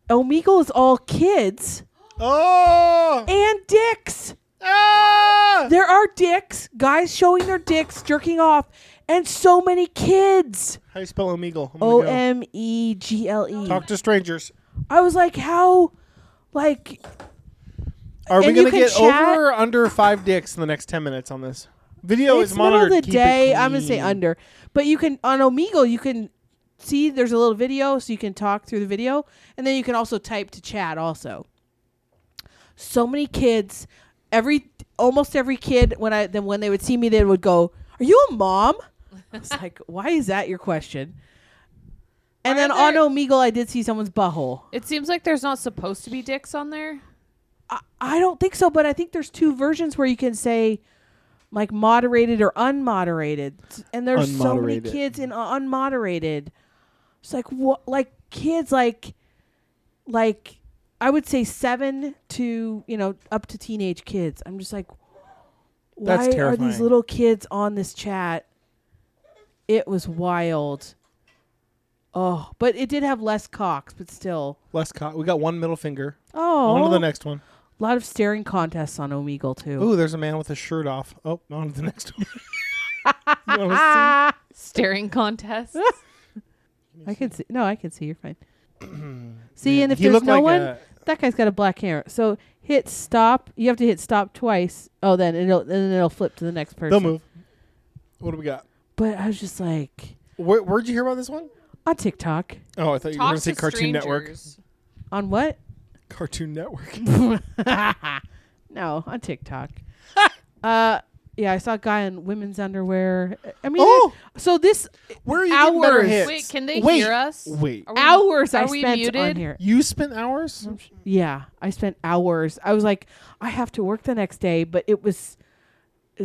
S1: Omegle is all kids
S3: Oh.
S1: and dicks.
S3: Ah!
S1: There are dicks, guys showing their dicks, jerking off, and so many kids.
S3: How do you spell omegle? I'm
S1: O
S3: gonna go.
S1: M E G L E.
S3: Talk to strangers.
S1: I was like, how, like,
S3: Are we
S1: And you
S3: gonna
S1: can
S3: get
S1: chat-
S3: over or under five dicks in the next ten minutes on this? Video
S1: it's
S3: is
S1: middle
S3: monitored.
S1: of the
S3: Keep it
S1: day. I'm gonna say
S3: clean.
S1: under, but you can on Omegle you can see there's a little video, so you can talk through the video, and then you can also type to chat. Also, so many kids, every almost every kid when I then when they would see me, they would go, "Are you a mom?" It's like, why is that your question? And
S5: Are
S1: then on
S5: there-
S1: Omegle, I did see someone's butthole.
S5: It seems like there's not supposed to be dicks on there.
S1: I, I don't think so, but I think there's two versions where you can say like moderated or unmoderated. And there's so many
S3: Unmoderated.
S1: kids in uh, unmoderated. It's like what like kids like like I would say 7 to, you know, up to teenage kids. I'm just like why
S3: That's
S1: are these
S3: terrifying.
S1: little kids on this chat? It was wild. Oh, but it did have less cocks, but still.
S3: Less cock. We got one middle finger.
S1: Oh,
S3: On to the next one.
S1: a lot of staring contests on Omegle too.
S3: Ooh, there's a man with a shirt off. Oh, on to the next one. You wanna
S5: Staring contest.
S1: I can see. No, I can see. You're fine. see, and if
S3: He
S1: there's
S3: looked
S1: no
S3: like
S1: one,
S3: a-
S1: that guy's got a black hair. So hit stop. You have to hit stop twice. Oh, then it'll then it'll flip to the next person.
S3: They'll move. What do we got?
S1: But I was just like
S3: Where, where'd you hear about this one?
S1: on TikTok.
S3: Oh, I thought you were
S5: Talk
S3: going to say
S5: to
S3: Cartoon Network.
S5: strangers.
S1: On what?
S3: Cartoon Network.
S1: no, on TikTok. uh, yeah, I saw a guy in women's underwear. I mean,
S3: Oh!
S1: I- so this
S3: Where are you getting better
S1: Hours.
S3: hits?
S5: Wait, can they
S3: Wait,
S5: hear us?
S3: Wait.
S5: Are we-
S1: hours I
S5: are we
S1: spent
S5: muted?
S1: on here.
S3: You spent hours?
S1: Mm-hmm. Yeah, I spent hours. I was like, I have to work the next day, but it was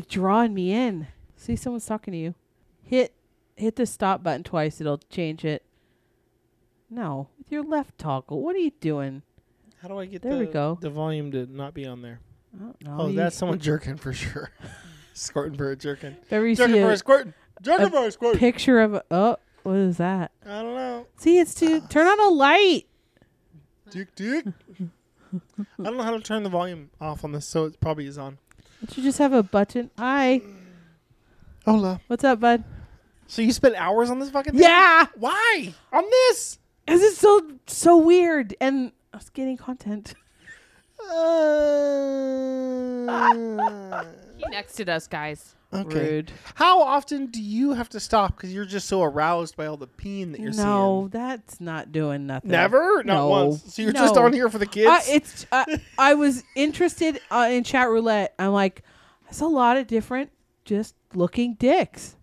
S1: drawing me in. See, someone's talking to you. Hit hit the stop button twice. It'll change it. No, with your left toggle. What are you doing?
S3: How do I get
S1: There
S3: the,
S1: we go.
S3: the volume to not be on there?
S1: I don't know.
S3: Oh,
S1: You-
S3: that's someone jerking for sure. squirting for a jerking.
S1: if ever you
S3: Jerking
S1: see
S3: for a
S1: a
S3: squirting. Jerking
S1: a
S3: for a squirting.
S1: picture of a, oh, what is that?
S3: I don't know.
S1: See, it's to turn on a light.
S3: Duke, duke. I don't know how to turn the volume off on this, so it probably is on.
S1: Don't you just have a button? Hi,
S3: Hola.
S1: what's up, bud?
S3: So you spent hours on this fucking thing?
S1: Yeah,
S3: Why? On this?
S1: this is so so weird, and I was getting content.
S3: Uh,
S5: He nexted us, guys.
S3: okay.
S1: Rude.
S3: How often do you have to stop because you're just so aroused by all the peeing that you're
S1: no,
S3: seeing?
S1: that's not doing nothing.
S3: Never? Not
S1: No.
S3: once. So you're just
S1: No.
S3: on here for the kids?
S1: Uh, it's uh, I was interested uh, in chat roulette. I'm like, that's a lot of different just looking dicks.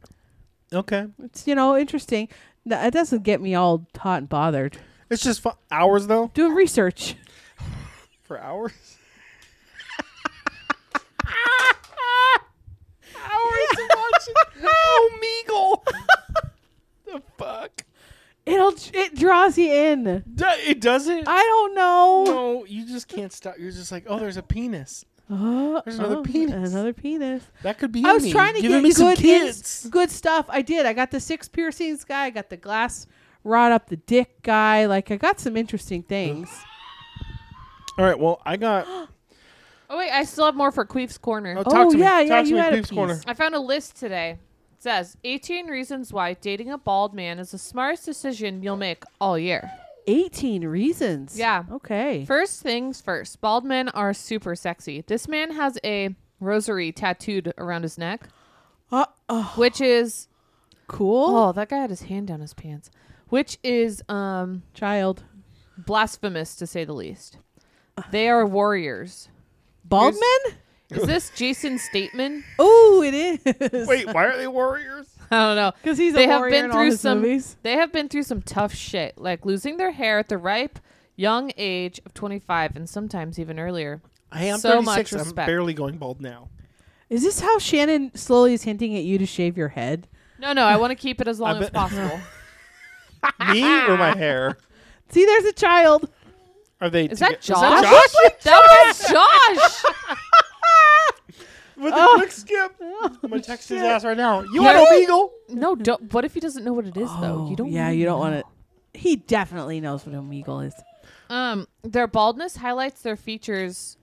S3: okay.
S1: It's you know interesting. Th- It doesn't get me all hot and bothered.
S3: It's just fu- hours, though?
S1: Doing research.
S3: For hours?
S1: Hours of
S3: oh, Meagle. the fuck?
S1: It'll it draws you in.
S3: D- it doesn't?
S1: I don't know.
S3: no, you just can't stop. You're just like, oh, there's a penis.
S1: Uh,
S3: There's another
S1: uh,
S3: penis.
S1: Another penis.
S3: That could be
S1: I was
S3: me.
S1: trying to
S3: Giving
S1: get
S3: me some
S1: good
S3: kids.
S1: ins- good stuff. I did. I got the six piercings guy. I got the glass rod up the dick guy. Like I got some interesting things.
S3: All right, well, I got.
S5: Oh wait, I still have more for Queef's corner.
S3: Oh, talk
S1: Oh,
S3: to me.
S1: yeah,
S3: talk
S1: yeah,
S3: to
S1: you
S3: me,
S1: had a
S3: Queef's
S1: piece.
S3: corner.
S5: I found a list today. It says 18 reasons why dating a bald man is the smartest decision you'll make all year.
S1: Eighteen reasons.
S5: Yeah.
S1: Okay.
S5: First things first, bald men are super sexy. This man has a rosary tattooed around his neck,
S1: Uh, oh,
S5: which is
S1: cool.
S5: oh, that guy had his hand down his pants, which is um
S1: Child.
S5: blasphemous to say the least. They are warriors.
S1: Bald
S5: Here's-
S1: men?
S5: Is this Jason Stateman?
S1: Oh, it is.
S3: Wait, why are they warriors?
S5: I don't know.
S1: because he's
S5: they
S1: a
S5: have
S1: warrior
S5: been
S1: in all
S5: through
S1: his
S5: some
S1: movies.
S5: they have been through some tough shit like losing their hair at the ripe young age of 25 and sometimes even earlier
S3: I am
S5: So
S3: 36.
S5: much
S3: I'm
S5: respect.
S3: barely going bald now.
S1: Is this how Shannon slowly is hinting at you to shave your head?
S5: no no i want to keep it as long as
S3: bet-
S5: possible
S3: Me or my hair?
S1: See, there's a child.
S3: Are they? toge-
S5: is that josh
S3: Josh?
S5: that was josh
S3: With a quick skip, I'm gonna text his ass right now. Oh. You
S5: Yeah.
S3: want illegal?
S5: no don't what if he doesn't know what it is though you don't
S1: Oh, Yeah, you don't want to. He definitely knows what a meagle is.
S5: um their baldness highlights their features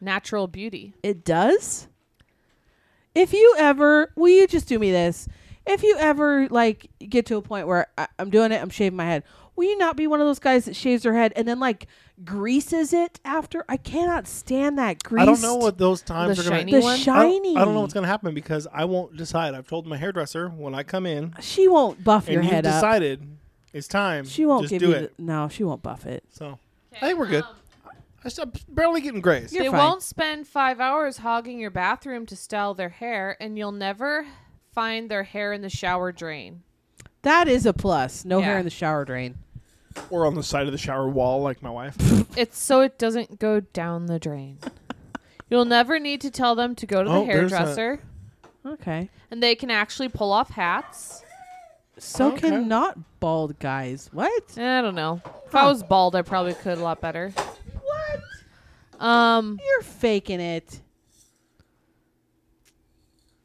S5: natural beauty
S1: It does. If you ever, will you just do me this? if you ever like get to a point where I- I'm doing it, I'm shaving my head. Will you not be one of those guys that shaves their head and then like greases it after? I cannot stand that grease.
S3: I don't know what those times
S5: The
S3: are going
S5: shiny
S1: the
S5: one?
S3: I don't-
S1: shiny.
S3: I don't know what's going to happen because I won't decide. I've told my hairdresser when I come in
S1: She won't buff your
S3: and you've
S1: head up.
S3: decided it's time.
S1: She won't
S3: just
S1: give
S3: do
S1: you.
S3: it.
S1: The, no, she won't buff it.
S3: so I think we're good. I st- I'm barely getting grazed.
S1: You're
S5: they
S1: fine.
S5: won't spend five hours hogging your bathroom to style their hair, and you'll never find their hair in the shower drain.
S1: That is a plus. No hair
S5: Yeah.
S1: in the shower drain.
S3: Or on the side of the shower wall, like my wife.
S5: It's so it doesn't go down the drain. you'll never need to tell them to go to
S3: Oh,
S5: the
S3: there's that.
S5: hairdresser,
S1: Okay.
S5: and they can actually pull off hats.
S1: So
S3: Okay.
S1: can not bald guys. What?
S5: Eh, I don't know. If I was bald, I probably could a lot better.
S1: What?
S5: Um,
S1: You're faking it.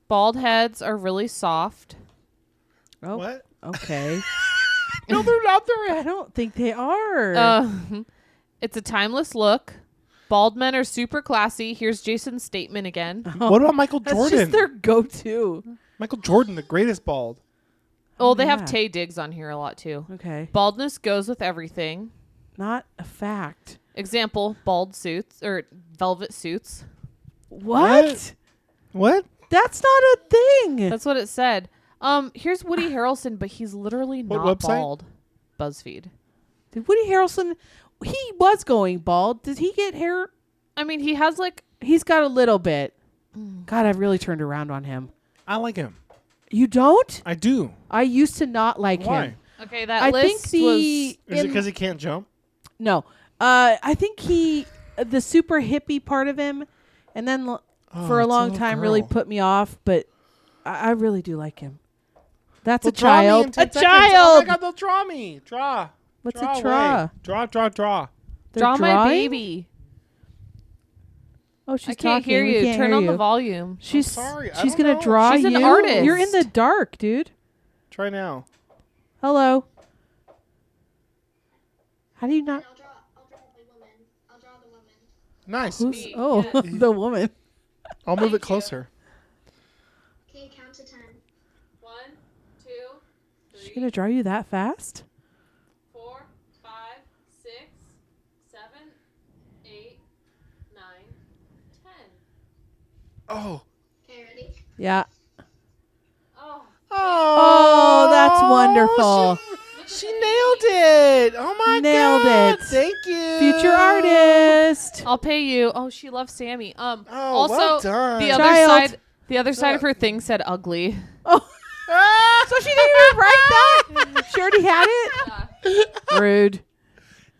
S5: bald heads are really soft.
S1: Oh,
S3: What?
S1: okay.
S5: No, they're not.
S1: I don't think they are.
S5: Uh, it's a timeless look. Bald men are super classy. Here's Jason's statement again.
S3: What about Michael
S1: Oh. That's
S3: Jordan?
S1: just their go-to.
S3: Michael Jordan, the greatest bald.
S5: Oh, they
S1: yeah.
S5: have Tay Diggs on here a lot too.
S1: Okay.
S5: Baldness goes with everything.
S1: Not a fact.
S5: Example, bald suits or velvet suits.
S1: What?
S3: What? What?
S1: That's not a thing.
S5: That's what it said. Um, here's Woody Harrelson, but he's literally
S3: What
S5: not
S3: website?
S5: bald. BuzzFeed.
S1: Did Woody Harrelson he was going bald. Did he get hair?
S5: I mean, he has like
S1: He's got a little bit. God, I've really turned around on him.
S3: I like him.
S1: You don't?
S3: I do.
S1: I used to not like
S3: Why?
S1: him.
S5: okay. That
S1: I think
S5: list
S1: the
S3: Is it
S1: in-
S3: because he can't jump?
S1: No. Uh, I think he, the super hippie part of him, and then l-
S3: Oh,
S1: for a
S3: it's a
S1: long
S3: little
S1: time really
S3: girl.
S1: put me off, but I, I really do like him. That's
S3: Well,
S1: a
S3: draw me in
S1: child.
S3: 10
S1: A
S3: seconds. Oh my
S1: child.
S3: god, they'll draw me. Draw.
S1: What's
S3: draw
S1: a draw?
S3: away. Draw, draw, draw.
S1: They're
S5: draw my
S1: drawing?
S5: baby.
S1: Oh, she's
S5: I can't
S1: talking.
S5: hear
S1: We
S5: you.
S1: can't
S5: Turn
S1: hear
S5: on
S1: you.
S5: the volume.
S1: She's
S3: sorry, I
S1: she's
S3: don't
S1: gonna
S3: know.
S1: draw
S5: She's an
S1: you.
S5: artist.
S1: You're in the dark, dude.
S3: Try now.
S1: Hello. How do you not?
S6: I'll draw. I'll draw the woman. I'll draw the woman.
S3: Nice.
S1: Who's, oh, the woman.
S3: I'll move it closer.
S6: Okay, count to ten.
S5: One, two,
S1: Is she gonna draw you that fast?
S5: four, five, six, seven, eight, nine, ten.
S3: Oh.
S6: Okay, ready?
S1: Yeah.
S5: Oh,
S3: Oh,
S1: Oh, that's wonderful.
S3: She, she nailed it. Oh my
S1: Nailed
S3: god.
S1: it.
S3: Thank you.
S1: Future artist.
S5: I'll pay you. Oh, she loves Sammy. Um.
S3: Oh,
S5: also,
S3: well done.
S5: the other
S1: Child.
S5: side, the other side of her thing said ugly.
S1: Oh.
S3: Ah!
S1: So she didn't even write that. She already had it. Rude.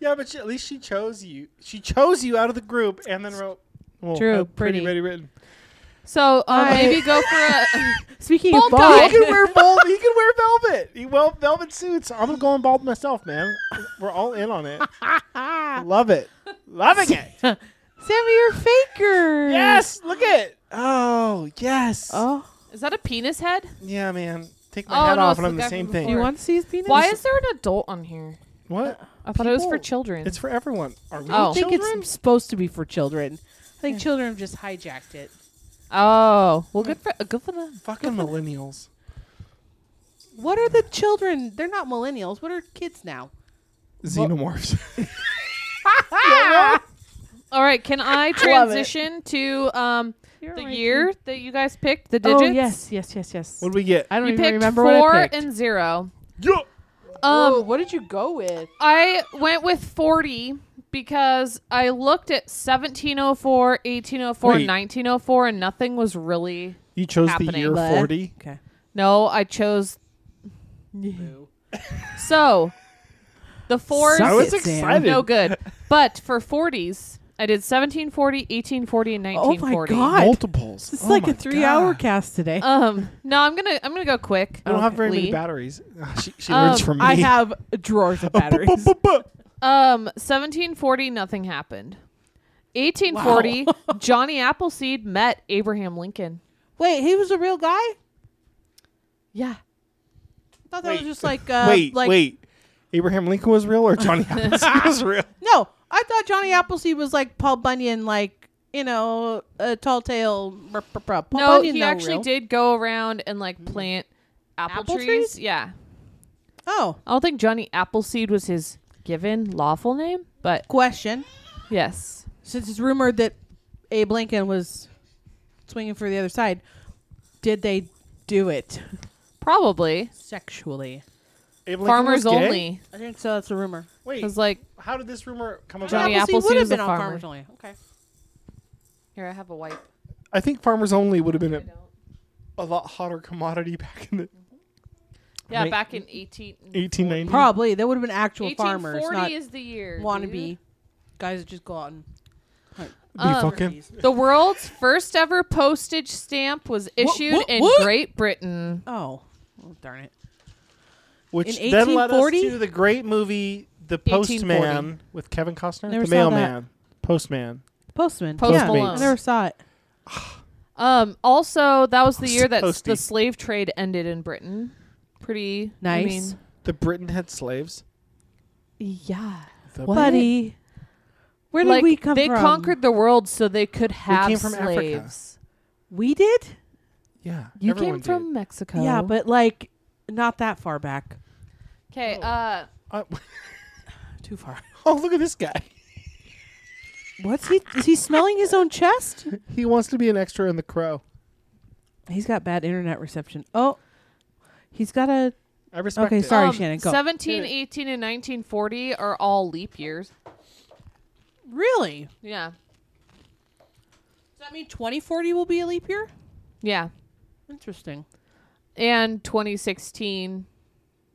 S3: Yeah, but she, at least she chose you. She chose you out of the group and then wrote. Well,
S1: True,
S3: uh,
S1: pretty.
S3: ready written.
S5: So um,
S1: I-
S5: maybe go for a.
S1: Speaking
S5: Bald
S1: of bald,
S5: guy.
S3: He can wear velvet. He can wear velvet. He well velvet suits. I'm going bald myself, man. We're all in on it. Love it. Loving it.
S1: Sammy, you're a faker.
S3: Yes. Look at. it. Oh yes.
S1: Oh,
S5: Is that a penis head?
S3: Yeah, man. Take my
S5: Oh,
S3: hat
S5: no,
S3: off,
S5: it's
S3: and
S5: the
S3: I'm the
S5: guy
S3: same
S5: from
S1: do
S3: thing.
S1: you want to see his penis?
S5: Why is there an adult on here?
S3: What?
S5: I thought it was for
S3: People-
S5: children.
S3: It's for everyone. Are we
S1: I don't
S5: Oh.
S1: think
S3: children?
S1: it's supposed to be for children. I think children have just hijacked it.
S5: oh, well, good for uh, good for them.
S3: fucking millennials.
S1: What are the children? They're not millennials. What are kids now?
S3: Xenomorphs.
S5: All right, can I
S1: Love it.
S5: transition to um
S1: You're
S5: the
S1: right.
S5: year that you guys picked? The digits.
S1: Oh yes, yes, yes, yes.
S3: what do we get?
S1: I don't
S5: You
S1: even
S5: picked
S1: remember
S5: four
S1: what I picked.
S5: and zero.
S3: Yeah.
S5: Um,
S1: Whoa, what did you go with?
S5: I went with 40 because I looked at 1704, 1804,
S3: Wait.
S5: 1904, and nothing was really.
S3: You chose the
S5: Happening.
S3: year
S1: What?
S3: 40.
S1: Okay.
S5: No, I chose. so, the fours
S1: Suck
S3: I was
S1: it, Sam.
S3: excited.
S5: no good. But for 40s, I did 1740, 1840, and
S1: Oh my
S5: 1940.
S1: god!
S3: Multiples.
S1: It's
S3: Oh
S1: like
S3: my
S1: a three-hour
S3: God.
S1: cast today.
S5: Um, no, I'm gonna I'm gonna go quick.
S3: I don't have very many
S5: Lee.
S3: batteries. Ah, she she
S5: Um,
S3: learns from me.
S1: I have drawers of
S3: Bu- bu-
S1: batteries.
S3: bu- bu-
S5: Um, 1740, nothing happened. 1840, Johnny Appleseed met Abraham Lincoln.
S1: Wait, he was a real guy? I
S5: Yeah.
S1: thought that
S3: Wait.
S1: was just like uh,
S3: wait,
S1: like
S3: wait. Abraham Lincoln was real or Johnny Appleseed was real?
S1: No, I thought Johnny Appleseed was like Paul Bunyan, like you know, a tall tale. ruh, ruh, ruh. Paul
S5: no,
S1: Bunyan,
S5: he
S1: no
S5: actually
S1: real.
S3: Mm.
S5: did go around and like plant apple,
S1: Apple
S5: trees. Yeah,
S1: Oh,
S5: I don't think Johnny Appleseed was his given lawful name, but
S1: question.
S5: yes,
S1: Since it's rumored that Abe Lincoln was swinging for the other side, did they do it
S5: probably
S1: sexually?
S3: Abe Lincoln
S5: farmers
S3: was gay?
S5: only.
S1: I think so. That's a rumor.
S3: Wait,
S5: Because like
S3: how did this rumor come about?
S5: Johnny
S1: Appleseed
S5: Appleseed
S1: would have
S5: was a
S1: been on
S5: farmer.
S1: farmers only. Okay.
S5: here, I have a wipe.
S3: I think farmers only would have been a, a lot hotter commodity back in the
S5: Yeah,
S3: Right.
S5: back in eighteen.
S3: 1890s.
S1: Probably there would have been actual farmers,
S5: 1840
S1: not
S5: is the year. dude.
S1: wannabe guys that just go out and
S3: Be
S1: Uh,
S5: Um,
S3: fucking.
S5: The world's first ever postage stamp was issued
S1: what-
S5: in
S1: what?
S5: Great Britain.
S1: Oh, well, darn it!
S4: Which
S1: In
S4: then led us
S1: 1840?
S4: to the great movie The
S5: 1840.
S4: Postman with Kevin Costner.
S1: Never
S4: the
S1: saw
S4: Mailman. Postman.
S1: Postman.
S5: Post
S1: yeah,
S5: Malone.
S1: I never saw it.
S5: Um, also, that was the year that s-
S4: Posty.
S5: the slave trade ended in Britain. Pretty I
S1: Nice.
S5: mean,
S3: The Britain had slaves.
S5: yeah.
S4: What?
S1: Buddy, where did
S5: Like,
S1: we come
S5: they
S1: from?
S5: conquered the world so they could have
S4: came from Africa.
S5: slaves.
S1: We did.
S3: Yeah.
S5: You
S3: everyone
S5: came
S3: did.
S5: from Mexico.
S1: Yeah, but like not that far back.
S5: okay. Uh,
S3: Uh,
S1: Too far.
S3: oh, look at this guy.
S1: What's he? Is he smelling his own chest?
S3: He wants to be an extra in The Crow.
S1: He's got bad internet reception. Oh, he's got a.
S3: I respect
S1: Okay,
S3: it.
S1: sorry.
S5: um,
S1: Shannon, go.
S5: 17, 18, and 1940 are all leap years.
S1: Really?
S5: Yeah.
S1: Does that mean 2040 will be a leap year?
S5: Yeah.
S1: Interesting.
S5: and 2016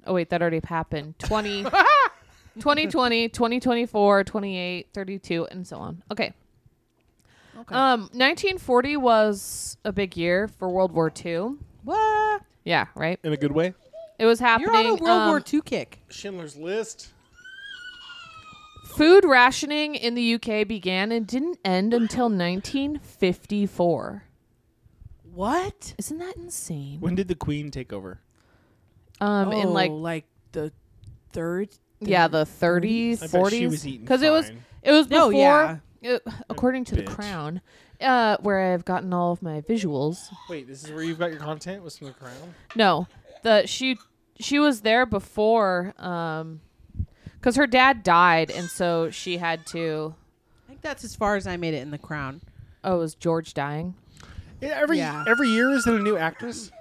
S5: oh wait that already happened 20 2020 2024 28 32 and so on okay
S1: Okay.
S5: um 1940 was a big year for world war ii
S1: what?
S5: yeah right
S3: In a good way.
S5: it was happening
S1: You're on a World
S5: um,
S1: War II kick.
S3: Schindler's List.
S5: food rationing in the uk began and didn't end until 1954
S1: What?
S5: isn't that insane
S3: When did the Queen take over?
S5: um
S1: oh,
S5: in like
S1: the third.
S5: yeah the 30s
S3: I
S5: 40s
S3: bet she was eating
S5: it was
S3: fine.
S5: It was
S1: No,
S5: before, uh,
S1: yeah.
S5: it- according to the
S3: bitch.
S5: Crown, uh, where I've gotten all of my visuals.
S3: Wait, this is where you've got your content with Smoke Crown?
S5: No, the she she was there before, um, because her dad died, and so she had to.
S1: I think that's as far as I made it in the crown.
S5: Oh, it was George dying?
S3: Yeah, every
S1: Yeah.
S3: every year is it a new actress?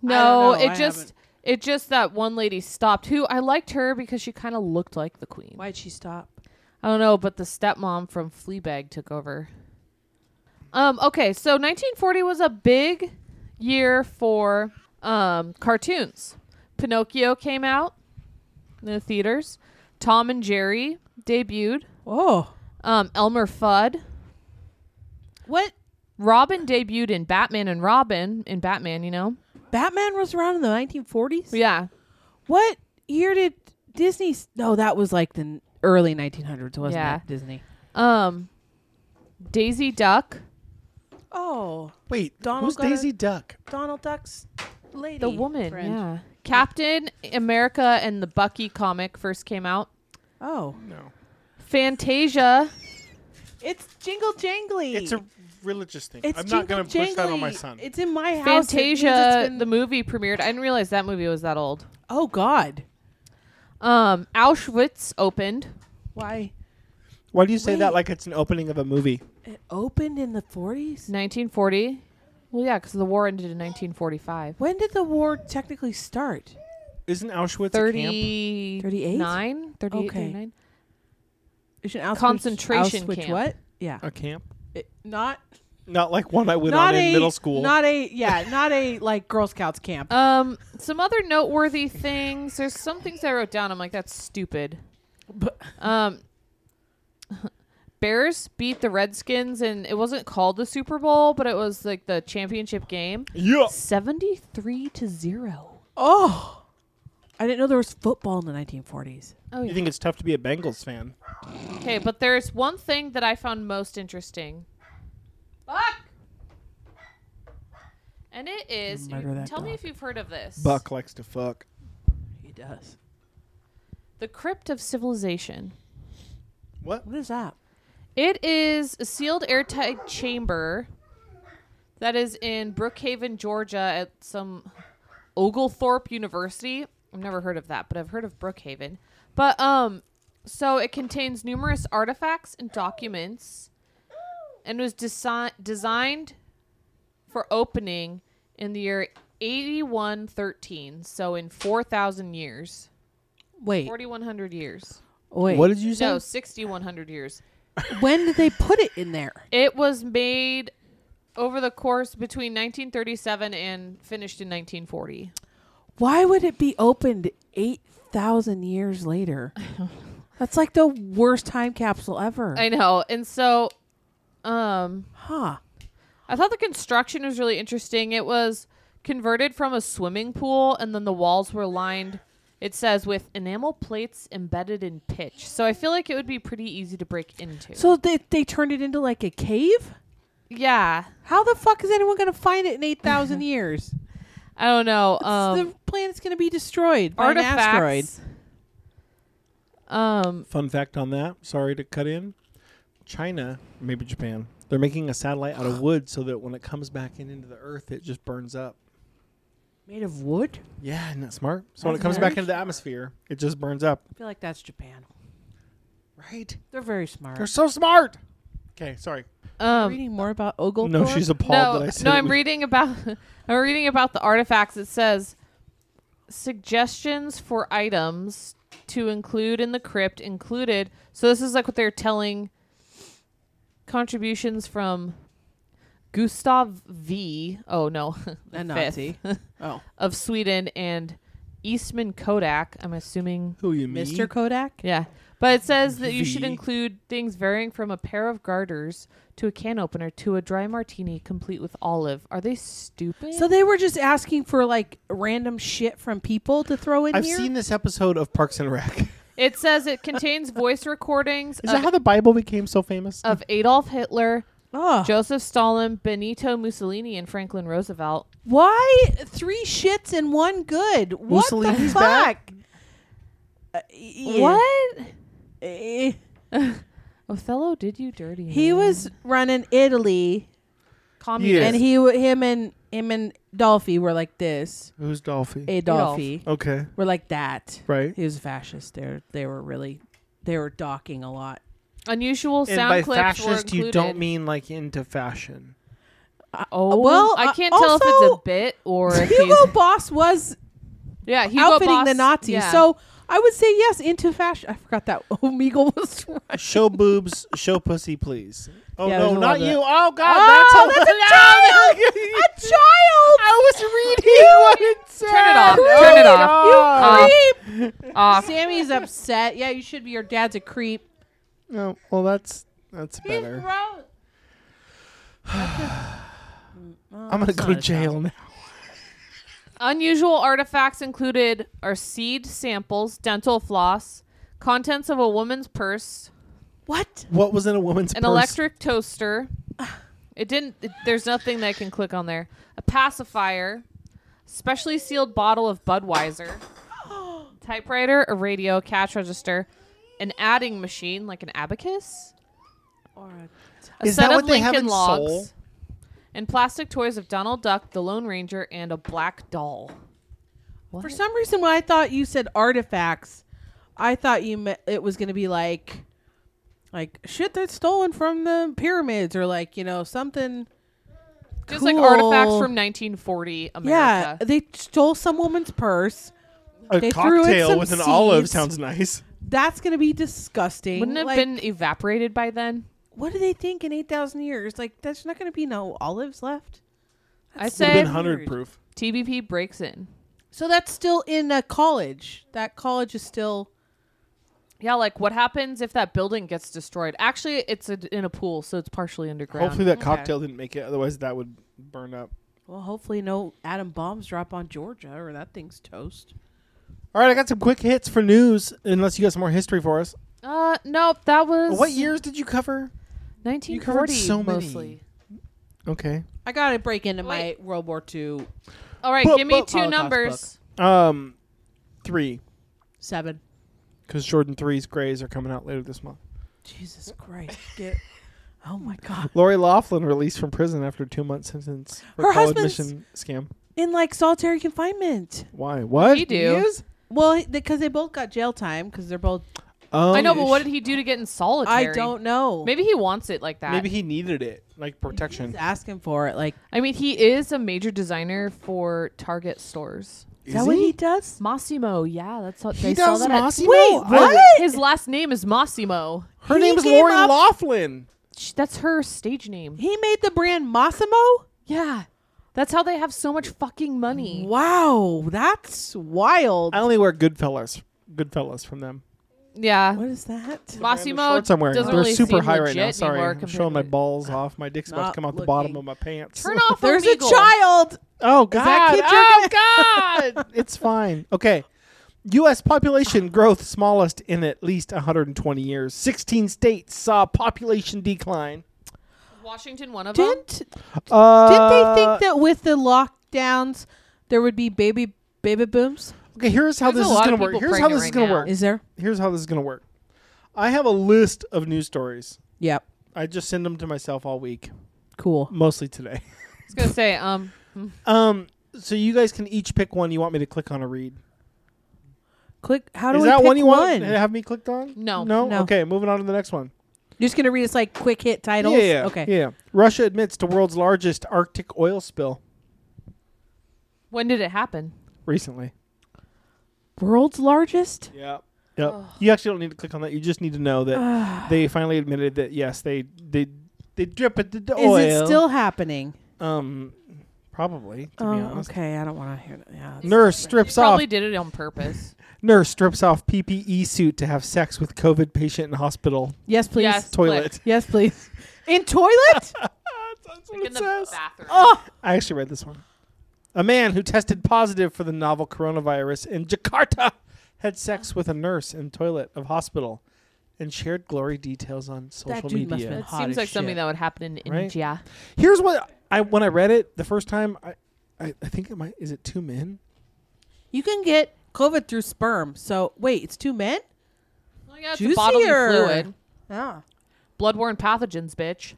S5: No,
S1: know,
S5: it
S1: I
S5: just
S1: haven't.
S5: it just that one lady stopped. Who I liked her because she kind of looked like the Queen.
S1: Why'd she stop?
S5: I don't know, but the stepmom from Fleabag took over. Um, okay, so 1940 was a big year for um, cartoons. Pinocchio came out in the theaters. Tom and Jerry debuted.
S1: Oh.
S5: Um, Elmer Fudd.
S1: What?
S5: Robin debuted in Batman and Robin in Batman, you know?
S1: Batman was around in the 1940s?
S5: Yeah.
S1: What year did Disney? s- No, that was like the n- early 1900s, wasn't
S5: Yeah.
S1: it? Disney.
S5: Um, Daisy Duck.
S1: Oh,
S3: Wait,
S1: Donald
S3: who's
S1: got a-
S3: Daisy Duck?
S1: Donald Duck's lady.
S5: The woman, yeah. Captain America and the Bucky comic first came out.
S1: Oh,
S3: No.
S5: Fantasia.
S1: it's jingle jangly.
S3: It's a religious thing.
S1: It's
S3: I'm not
S1: Jingle
S3: going to push that on my
S1: Jangly.
S3: son.
S1: It's in my house. It means
S5: Fantasia,
S1: it's been-
S5: the movie premiered. I didn't realize that movie was that old.
S1: oh God,
S5: Um, Auschwitz opened.
S1: why
S3: Why do you say
S1: Wait.
S3: that like it's an opening of a movie?
S1: it opened in the 40s?
S5: 1940. Well, yeah, because the war ended in 1945.
S1: When did the war technically start?
S3: Isn't Auschwitz a camp?
S5: 39?
S1: 38?
S5: 39? 38,
S1: Okay.
S5: 39?
S1: It's an Auschwitz,
S5: Concentration
S1: Auschwitz
S5: camp.
S1: What? Yeah,
S3: A camp?
S1: It- not
S3: Not like one I went
S1: not
S3: on
S1: a
S3: in middle school.
S1: Not a yeah, not a like Girl Scouts camp.
S5: Um, some other noteworthy things. There's some things I wrote down. I'm like, that's stupid.
S1: But-
S5: Um, Bears beat the Redskins, and it wasn't called the Super Bowl, but it was like the championship game.
S3: yeah.
S5: 73 to 0.
S1: oh, I didn't know there was football in the 1940s.
S5: Oh,
S3: You think it's tough to be a Bengals fan?
S5: Okay, but there's one thing that I found most interesting. Buck! And it is.
S1: Murder that
S5: tell me
S1: dog.
S5: if you've heard of this.
S3: Buck likes to fuck.
S1: He does.
S5: The Crypt of Civilization.
S1: What is that?
S5: It is a sealed airtight chamber that is in Brookhaven, Georgia, at some Oglethorpe University. I've never heard of that, but I've heard of Brookhaven. But um, so it contains numerous artifacts and documents, and was desi- designed for opening in the year 8113. So in 4,000 years,
S1: Wait,
S5: 4,100 years.
S1: wait.
S3: What did you say?
S5: No, 6,100 years.
S1: when did they put it in there?
S5: It was made over the course between 1937 and finished in 1940.
S1: Why would it be opened eight thousand years later? That's like the worst time capsule ever.
S5: I know. And so um
S1: huh.
S5: I thought the construction was really interesting. It was converted from a swimming pool and then the walls were lined it says with enamel plates embedded in pitch. So I feel like it would be pretty easy to break into.
S1: So they they turned it into like a cave?
S5: yeah.
S1: How the fuck is anyone gonna find it in eight thousand years?
S5: I don't know.
S1: It's-
S5: Um
S1: the planet's gonna be destroyed by an asteroid.
S5: artifacts. Um
S3: Fun fact on that. Sorry to cut in. China, maybe Japan, they're making a satellite out of wood so that when it comes back in into the Earth, it just burns up.
S1: Made of wood?
S3: Yeah, isn't that smart? So when it
S1: That's
S3: comes
S1: very
S3: back into the atmosphere, it just burns up.
S1: I feel like that's Japan.
S3: Right?
S1: They're very smart.
S3: They're so smart. Okay, sorry.
S5: um
S1: reading more about Oglethorpe.
S3: No, she's appalled
S5: no,
S3: that I said.
S5: no,
S3: it
S5: I'm
S3: was-
S5: reading about I'm reading about the artifacts. It says suggestions for items to include in the crypt included. So this is like what they're telling contributions from Gustav V. Oh no, the
S1: a
S5: fifth,
S1: Nazi. oh,
S5: of Sweden and Eastman Kodak. I'm assuming
S3: Who you mean?
S1: Mr. Kodak.
S5: yeah. But it says that you should
S3: The-
S5: include things varying from a pair of garters to a can opener to a dry martini complete with olive. Are they stupid?
S1: So they were just asking for like random shit from people to throw in
S3: I've
S1: here.
S3: seen this episode of Parks and Rec. Is
S5: it says it contains voice recordings
S3: that
S5: of,
S3: how the Bible became so famous?
S5: of Adolf Hitler,
S1: oh,
S5: Joseph Stalin, Benito Mussolini, and Franklin Roosevelt.
S1: why three shits and one good? What
S3: Mussolini's
S1: the
S3: back?
S1: fuck? Uh, yeah.
S5: What?
S1: Eh,
S5: Othello did you dirty.
S1: He
S5: man.
S1: was running Italy,
S5: communist.
S1: and he, w- him, and him and Dolphy were like this.
S3: Who's Dolphy?
S1: Adolphi
S3: Okay.
S1: were like that.
S3: Right.
S1: He was a fascist. They were, they were really they were docking a lot.
S5: Unusual
S4: And
S5: sound
S4: by
S5: clips were
S4: fascist,
S5: included.
S4: you don't mean like into fashion.
S5: Oh,
S1: Well,
S5: well, I
S1: uh,
S5: can't tell if it's a
S1: also-
S5: bit or if he's
S1: Hugo Boss was
S5: yeah Hugo
S1: outfitting
S5: Boss,
S1: the Nazis.
S5: yeah.
S1: So I would say yes into fashion. I forgot that Omegle was right.
S4: Show boobs, show pussy, please. Oh
S1: Yeah,
S4: no,
S1: there's a lot
S4: not
S1: of that.
S4: you. Oh god,
S1: Oh,
S4: that's,
S1: that's a child! a child! I was reading what it said.
S5: Turn it off.
S1: You
S3: Oh,
S5: Turn it off.
S1: creep.
S5: Off.
S1: Uh, Sammy's upset. Yeah, you should be. Your dad's a creep.
S3: No. Well, that's that's better. I'm gonna go to jail now.
S5: Unusual artifacts included are seed samples, dental floss, contents of a woman's purse,
S1: What?
S3: What was in a woman's
S5: an
S3: purse?
S5: electric toaster. It didn't. it- there's nothing that I can click on there. A pacifier, specially sealed bottle of Budweiser, typewriter, a radio, cash register, an adding machine like an abacus, a
S4: Is
S5: set
S4: that
S5: of
S4: what they
S5: Lincoln
S4: have in
S5: logs,
S4: Seoul?
S5: and plastic toys of Donald Duck, the Lone Ranger, and a black doll.
S1: For some reason, when I thought you said artifacts, I thought you me- it was going to be like, like shit that's stolen from the pyramids, or like you know something.
S5: Just like artifacts
S1: Cool.
S5: from
S1: Yeah,
S5: 1940 America.
S1: they stole some woman's purse.
S3: A
S1: They threw in
S3: cocktail
S1: some
S3: with an olive
S1: seeds.
S3: sounds nice.
S1: That's going to be disgusting.
S5: Wouldn't it have
S1: Like,
S5: been evaporated by then?
S1: What do they think in eight thousand years? Like, there's not going to be no olives left.
S5: I
S3: Would have been
S5: said
S3: hundred
S1: weird.
S3: proof.
S5: TBP breaks in.
S1: So that's still in a college. That college is still.
S5: Yeah, like what happens if that building gets destroyed? Actually, it's a, in a pool, so it's partially underground.
S3: Hopefully that
S1: Okay.
S3: cocktail didn't make it. Otherwise, that would burn up.
S1: Well, hopefully no atom bombs drop on Georgia, or that thing's toast.
S3: All right, I got some quick hits for news. Unless you got some more history for us.
S5: uh, nope, that was
S3: What years did you cover?
S5: 1940
S3: so many.
S5: mostly.
S3: Okay.
S1: I gotta break into
S5: Wait.
S1: my World War II
S5: All right,
S3: Book,
S5: give me
S3: book,
S5: two
S3: Holocaust
S5: numbers.
S3: Um, three,
S1: seven.
S3: because Jordan three's Grays are coming out later this month.
S1: Jesus Christ! Get oh my God!
S3: Lori Laughlin released from prison after two month sentence for
S1: Her
S3: college
S1: husband's-
S3: admission scam.
S1: in like solitary confignment.
S3: Why? What?
S5: He do. is?
S1: Well, because they both got jail time because they're both.
S3: Oh,
S5: I know, but what did he do to get in solitary?
S1: I don't know.
S5: Maybe he wants it like that.
S3: Maybe he needed it, like
S1: he's
S3: protection.
S1: asking for it. Like,
S5: I mean, he is a major designer for Target stores.
S1: is, that what he does?
S5: Massimo, yeah, that's what
S3: He
S5: they
S3: does
S5: saw that. at-
S3: Massimo?
S1: Wait,
S3: I-
S1: what?
S5: His last name is Massimo.
S3: Her
S1: He
S3: name is
S1: came
S3: Lori
S1: up-
S3: Laughlin.
S5: Sh- That's her stage name.
S1: He made the brand Massimo.
S5: Yeah, that's how they have so much fucking money.
S1: Wow, that's wild.
S3: I only wear Goodfellas. Goodfellas from them.
S5: Yeah,
S1: What is that?
S3: the
S5: Massimo
S3: shorts I'm wearing.
S5: doesn't
S3: They're
S5: really
S3: super
S5: seem
S3: high right
S5: legit
S3: now. Sorry,
S5: anymore
S3: I'm showing my
S5: compared to-
S3: balls off. My dick's about
S1: Not
S3: to come out the bottom
S1: looking.
S3: of my pants.
S5: Turn off.
S1: There's
S5: Omegle.
S1: a child.
S3: Oh
S1: that
S3: God!
S1: kid
S3: Oh God! it's fine. Okay. U.S. population growth smallest in at least 120 years. 16 states saw population decline.
S5: Washington, one of them.
S1: Didn't didn't
S3: Uh,
S1: they think that with the lockdowns there would be baby baby booms?
S3: Okay, here's how
S5: There's
S3: this
S5: a
S3: is
S5: lot
S3: gonna
S5: of
S3: work.
S5: people
S3: Here's how
S5: pregnant
S3: this is
S5: right
S3: gonna
S5: now.
S3: work.
S1: Is there?
S3: Here's how this is gonna work. I have a list of news stories.
S1: Yep.
S3: I just send them to myself all week,
S1: Cool.
S3: mostly today.
S5: I was gonna say, um,
S3: Um, so you guys can each pick one you want me to click on a read.
S1: Click. How do
S3: is
S1: we
S3: that
S1: pick
S3: one you want to
S1: You're
S3: have me clicked on?
S5: No.
S3: no,
S1: No.
S3: Okay, moving on to the next one.
S1: just gonna read us like quick hit titles.
S3: Yeah, yeah,
S1: Okay.
S3: Yeah. Russia admits to world's largest Arctic oil spill
S5: when did it happen?
S3: recently.
S1: World's largest.
S3: Yep. Yep. You actually don't need to click on that. You just need to know that they finally admitted that yes, they they they drip it the
S1: Is
S3: oil.
S1: it still happening?
S3: Um, probably. To be
S1: Oh,
S3: honest.
S1: okay. I don't want to hear that. Yeah.
S3: Nurse strips off.
S5: Probably did it on purpose.
S3: Nurse strips off PPE suit to have sex with COVID patient in hospital
S1: Yes, please.
S5: Yes.
S3: toilet.
S5: Click.
S1: Yes, please. In toilet?
S3: That's
S5: Like
S3: what
S5: in
S3: it
S5: the
S3: says.
S5: bathroom.
S3: I actually read this one. A man who tested positive for the novel coronavirus in Jakarta had sex with a nurse in toilet of hospital and shared glory details on social
S1: dude must
S3: media.
S1: been-
S5: That
S1: Hot
S5: seems
S1: as
S5: like something
S1: shit.
S5: that would happen in
S3: Right?
S5: India.
S3: Here's what I when I read it the first time I I, I think it might is it two men?
S1: You can get COVID through sperm. So wait, it's two men?
S5: Well, yeah, it's a bodily
S1: Juicier.
S5: fluid.
S1: Yeah.
S5: Bloodborne pathogens, bitch.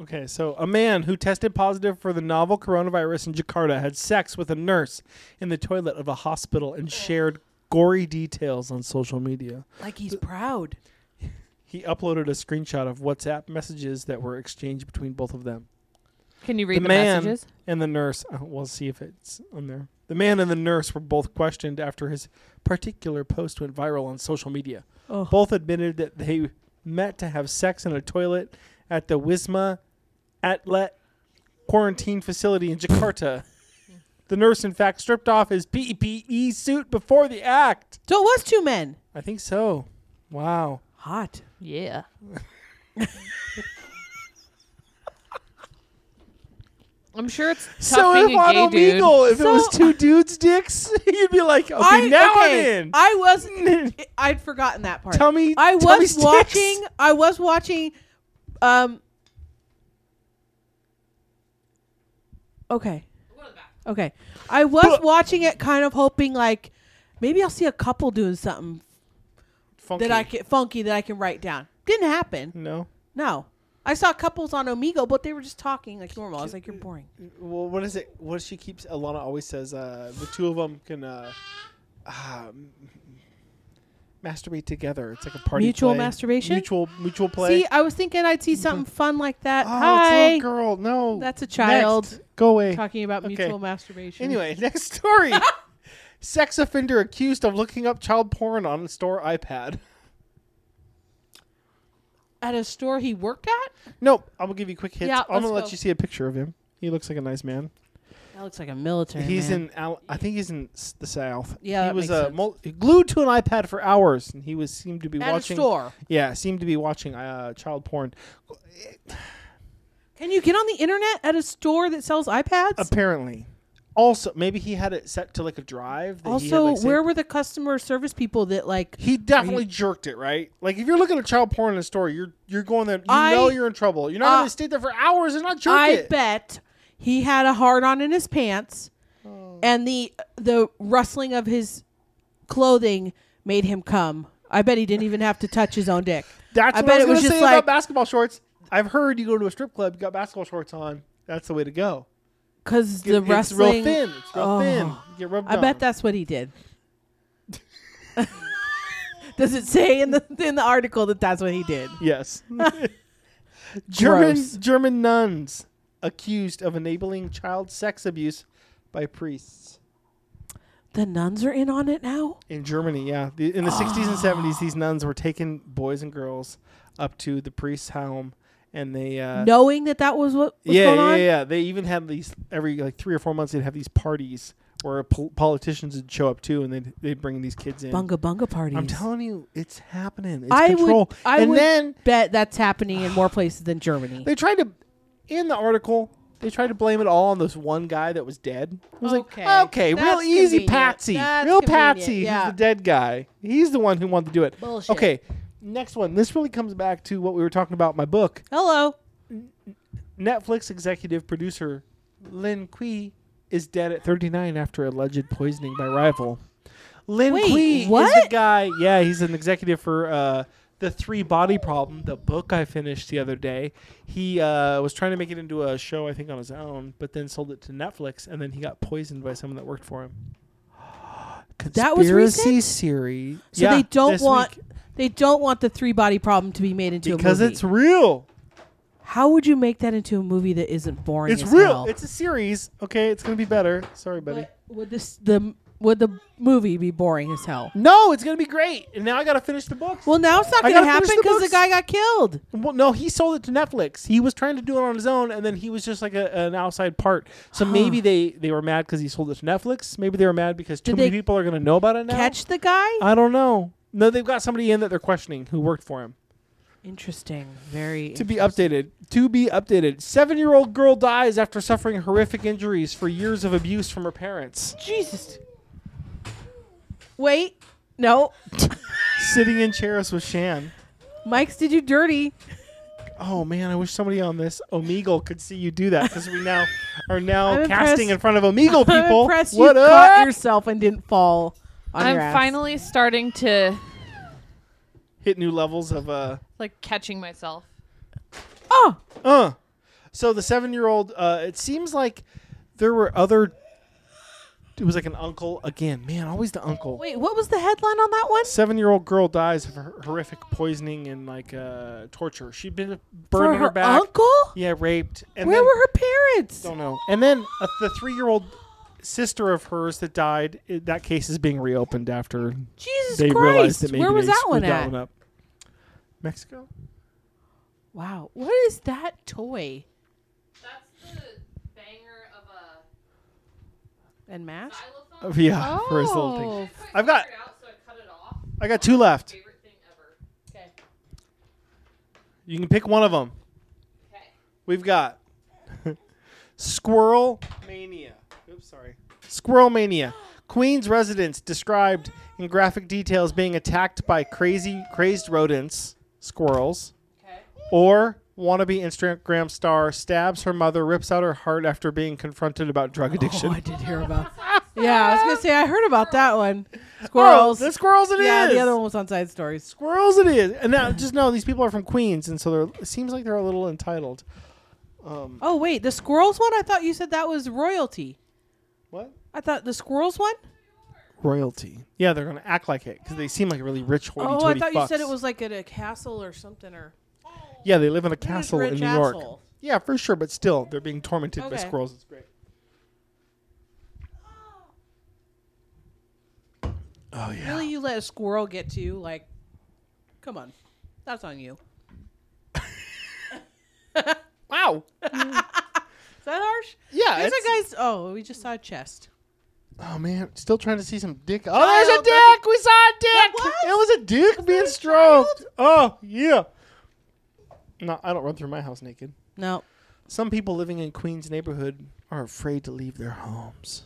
S3: Okay, so a man who tested positive for the novel coronavirus in Jakarta had sex with a nurse in the toilet of a hospital and shared gory details on social media.
S1: Like he's proud.
S3: He uploaded a screenshot of WhatsApp messages that were exchanged between both of them.
S5: Can you read the,
S3: man
S5: messages?
S3: and the nurse. Uh, we'll see if it's on there. The man and the nurse were both questioned after his particular post went viral on social media.
S1: Oh.
S3: Both admitted that they met to have sex in a toilet at the Wisma Atlet quarantine facility in Jakarta. the nurse, in fact, stripped off his PPE E suit before the act.
S1: So it was two men.
S3: I think so. Wow.
S1: Hot.
S5: Yeah. I'm sure it's tough being a gay dude.
S3: if
S1: So-
S3: two dudes' dicks, you'd be like, okay,
S1: okay, I was I'd forgotten that part.
S3: Tummy-
S1: I
S3: tummy
S1: was
S3: sticks.
S1: watching I was watching um Okay. Okay. I was watching it kind of hoping like maybe I'll see a couple doing something that I can funky that I can write down. Didn't happen.
S3: No.
S1: No. I saw couples on Omegle, but they were just talking like normal. I was like, "You're boring."
S3: Well, what is it? What she keeps? Alana always says uh, the two of them can uh, um, masturbate together. It's like a party.
S1: Mutual
S3: play.
S1: masturbation?
S3: Mutual mutual play.
S1: See, I was thinking I'd see something fun like that.
S3: oh,
S1: Hi,
S3: it's a little girl. No,
S1: That's a child.
S3: Next. Go away.
S1: talking about
S3: Okay.
S1: mutual masturbation.
S3: Anyway, next story. Sex offender accused of looking up child porn on store iPad.
S1: at a store he worked at.
S3: Nope, I'm gonna give you quick hits.
S5: Yeah,
S3: I'm gonna
S5: let's
S3: let
S5: go.
S3: you see a picture of him. He looks like a nice man.
S1: That looks like a military.
S3: He's
S1: man.
S3: in, Al- I think he's in s- the South.
S1: Yeah,
S3: he
S1: that
S3: was
S1: makes
S3: uh,
S1: sense.
S3: mul- glued to an iPad for hours, and he was seemed to be
S1: at
S3: watching.
S1: a store.
S3: Yeah, seemed to be watching uh, child porn.
S1: Can you get on the internet at a store that sells iPads?
S3: Apparently, also maybe he had it set to like a drive. That he had,
S1: also,
S3: like, saved-
S1: where were the customer service people that like?
S3: he definitely jerked it right? Like if you're looking at child porn in a store, you're you're going there. You
S1: I-
S3: know you're in trouble. You're not
S1: uh,
S3: gonna stay there for hours and not jerk
S1: I
S3: it.
S1: bet he had a hard on in his pants,
S3: Oh.
S1: and the the rustling of his clothing made him come. I bet he didn't even have to touch his own dick.
S3: That's
S1: I
S3: what
S1: bet
S3: I was,
S1: it was
S3: gonna
S1: just
S3: say
S1: like-
S3: about basketball shorts. I've heard you go to a strip club, you got basketball shorts on. That's the way to go.
S1: because
S3: It-
S1: the
S3: it's real
S1: wrestling.
S3: thin. It's real
S1: Oh.
S3: thin. You get rubbed
S1: I
S3: on.
S1: bet that's what he did. Does it say in the in the article that that's what he did?
S3: Yes. German
S1: Gross.
S3: German nuns accused of enabling child sex abuse by priests
S1: The nuns are in on it now.
S3: in Germany. Yeah, The- in the 60s and 70s, these nuns were taking boys and girls up to the priest's home, and they uh,
S1: knowing that that was what was
S3: yeah,
S1: going
S3: yeah,
S1: on.
S3: yeah. They even had these every like three or four months. They'd have these parties where pol- politicians would show up too, and they'd they'd bring these kids in.
S1: Bunga bunga parties.
S3: I'm telling you, it's happening. It's
S1: I
S3: control.
S1: would. I
S3: and
S1: would
S3: then
S1: bet that's happening in more places than Germany.
S3: they tried to, in the article, they tried to blame it all on this one guy that was dead. I was
S1: Okay.
S3: like, okay, real
S1: That's
S3: easy,
S1: convenient.
S3: Patsy,
S1: That's
S3: real
S1: convenient,
S3: Patsy,
S1: yeah.
S3: who's the dead guy. He's the one who wanted to do it.
S1: Bullshit.
S3: Okay, next one. This really comes back to what we were talking about. in My book.
S1: Hello.
S3: Netflix executive producer Lin Kui is dead at 39 after alleged poisoning by rival. Lin
S1: Wait,
S3: Kui is the
S1: what?
S3: guy. Yeah, he's an executive for uh, the Three Body Problem, the book I finished the other day. He uh, was trying to make it into a show, I think, on his own, but then sold it to Netflix, and then he got poisoned by someone that worked for him.
S1: That was recent?
S3: Conspiracy series.
S1: So
S3: Yeah,
S1: they don't
S3: this
S1: want.
S3: week.
S1: They don't want the three body problem to be made into
S3: because
S1: a movie.
S3: it's real.
S1: How would you make that into a movie that isn't boring?
S3: It's
S1: as
S3: real.
S1: hell?
S3: It's a series. Okay, it's gonna be better. Sorry, buddy.
S1: But would this the would the movie be boring as hell?
S3: No, it's gonna be great. And now I gotta finish the books. Well,
S1: Well, now it's not
S3: I
S1: going to
S3: gotta
S1: happen
S3: finish the
S1: because the,
S3: books.
S1: guy got killed.
S3: no, he sold it to Netflix. He was trying to do it on his own, and then he was just like a, an outside part. So maybe they they were mad because he sold it to Netflix. Maybe they were mad because too
S1: Did
S3: many
S1: they
S3: people are gonna know about it now.
S1: Catch the guy.
S3: I don't know. No, they've got somebody in that they're questioning who worked for him.
S1: Interesting. Very.
S3: To be updated. To be updated. Seven year old girl dies after suffering horrific injuries for years of abuse from her parents.
S1: Jesus. Wait. No,
S3: Sitting in chairs with Shan.
S1: Mike's did you dirty.
S3: Oh man, I wish somebody on this Omegle could see you do that because we now are now
S1: I'm
S3: casting
S1: impressed-
S3: in front of Omegle people.
S1: I'm impressed
S3: what
S1: you
S3: up?
S1: caught yourself and didn't fall on
S5: I'm
S1: your ass.
S5: finally starting to
S3: Hit new levels of uh
S5: like catching myself.
S1: Oh,
S3: uh. So the seven-year-old. Uh, it seems like there were other. It was like an uncle again. Man, always the uncle.
S1: wait, what was the headline on that one?
S3: Seven-year-old girl dies of her- horrific poisoning and like uh, torture. She'd been burned
S1: For
S3: in
S1: her
S3: her back.
S1: uncle?
S3: Yeah, raped. And
S1: Where
S3: then-
S1: were her parents?
S3: Don't know. And then uh, the three-year-old sister of hers that died. i that case is being reopened after
S1: Jesus
S3: they
S1: Christ.
S3: realized that maybe
S1: Where was
S3: they
S1: that
S3: screwed
S1: one
S3: that
S1: at?
S3: one up. Mexico.
S1: Wow. What is that toy?
S5: That's the banger of a
S1: And mask?
S5: xylophone.
S3: Oh, yeah,
S5: Oh,
S3: for his little thing. I've got.
S5: figured out, so I cut it off.
S3: I got two left.
S5: Favorite thing ever.
S3: You can pick one of them.
S5: Okay.
S3: We've got Squirrel Mania. Oops, sorry. Squirrel Mania. Queens residents described in graphic details being attacked by crazy crazed rodents, squirrels,
S5: Okay.
S3: or wannabe Instagram star stabs her mother, rips out her heart after being confronted about drug addiction.
S1: Oh, I did hear about. yeah, I was gonna say I heard about that one. Squirrels.
S3: Squirrels. the squirrels it Oh, is.
S1: yeah, the other one was on Side Stories.
S3: Squirrels it is. And now just know these people are from Queens and so they're it seems like they're a little entitled. Um
S1: Oh wait, the squirrels one. I thought you said that was royalty.
S3: what?
S1: I thought the squirrels one.
S3: Royalty. Yeah, they're gonna act like it because they seem like really rich hoity
S1: Oh, I thought you said it was like at a castle or something or
S3: Yeah, they live in a
S1: They're just
S3: castle in
S1: rich
S3: New York.
S1: assholes.
S3: Yeah, for sure, but still they're being tormented by
S1: Okay.
S3: squirrels. It's great. Oh yeah.
S1: Really, you let a squirrel get to you? Like, come on, that's on you.
S3: Wow.
S1: Is that harsh?
S3: Yeah.
S1: There's
S3: It's,
S1: a guy's. Oh, we just saw a chest.
S3: oh man, still trying to see some dick. Oh, there's a dick. We saw a dick.
S1: was?
S3: It was a dick being stroked. Oh yeah. No, I don't run through my house naked.
S1: No,
S3: Some people living in Queens neighborhood are afraid to leave their homes.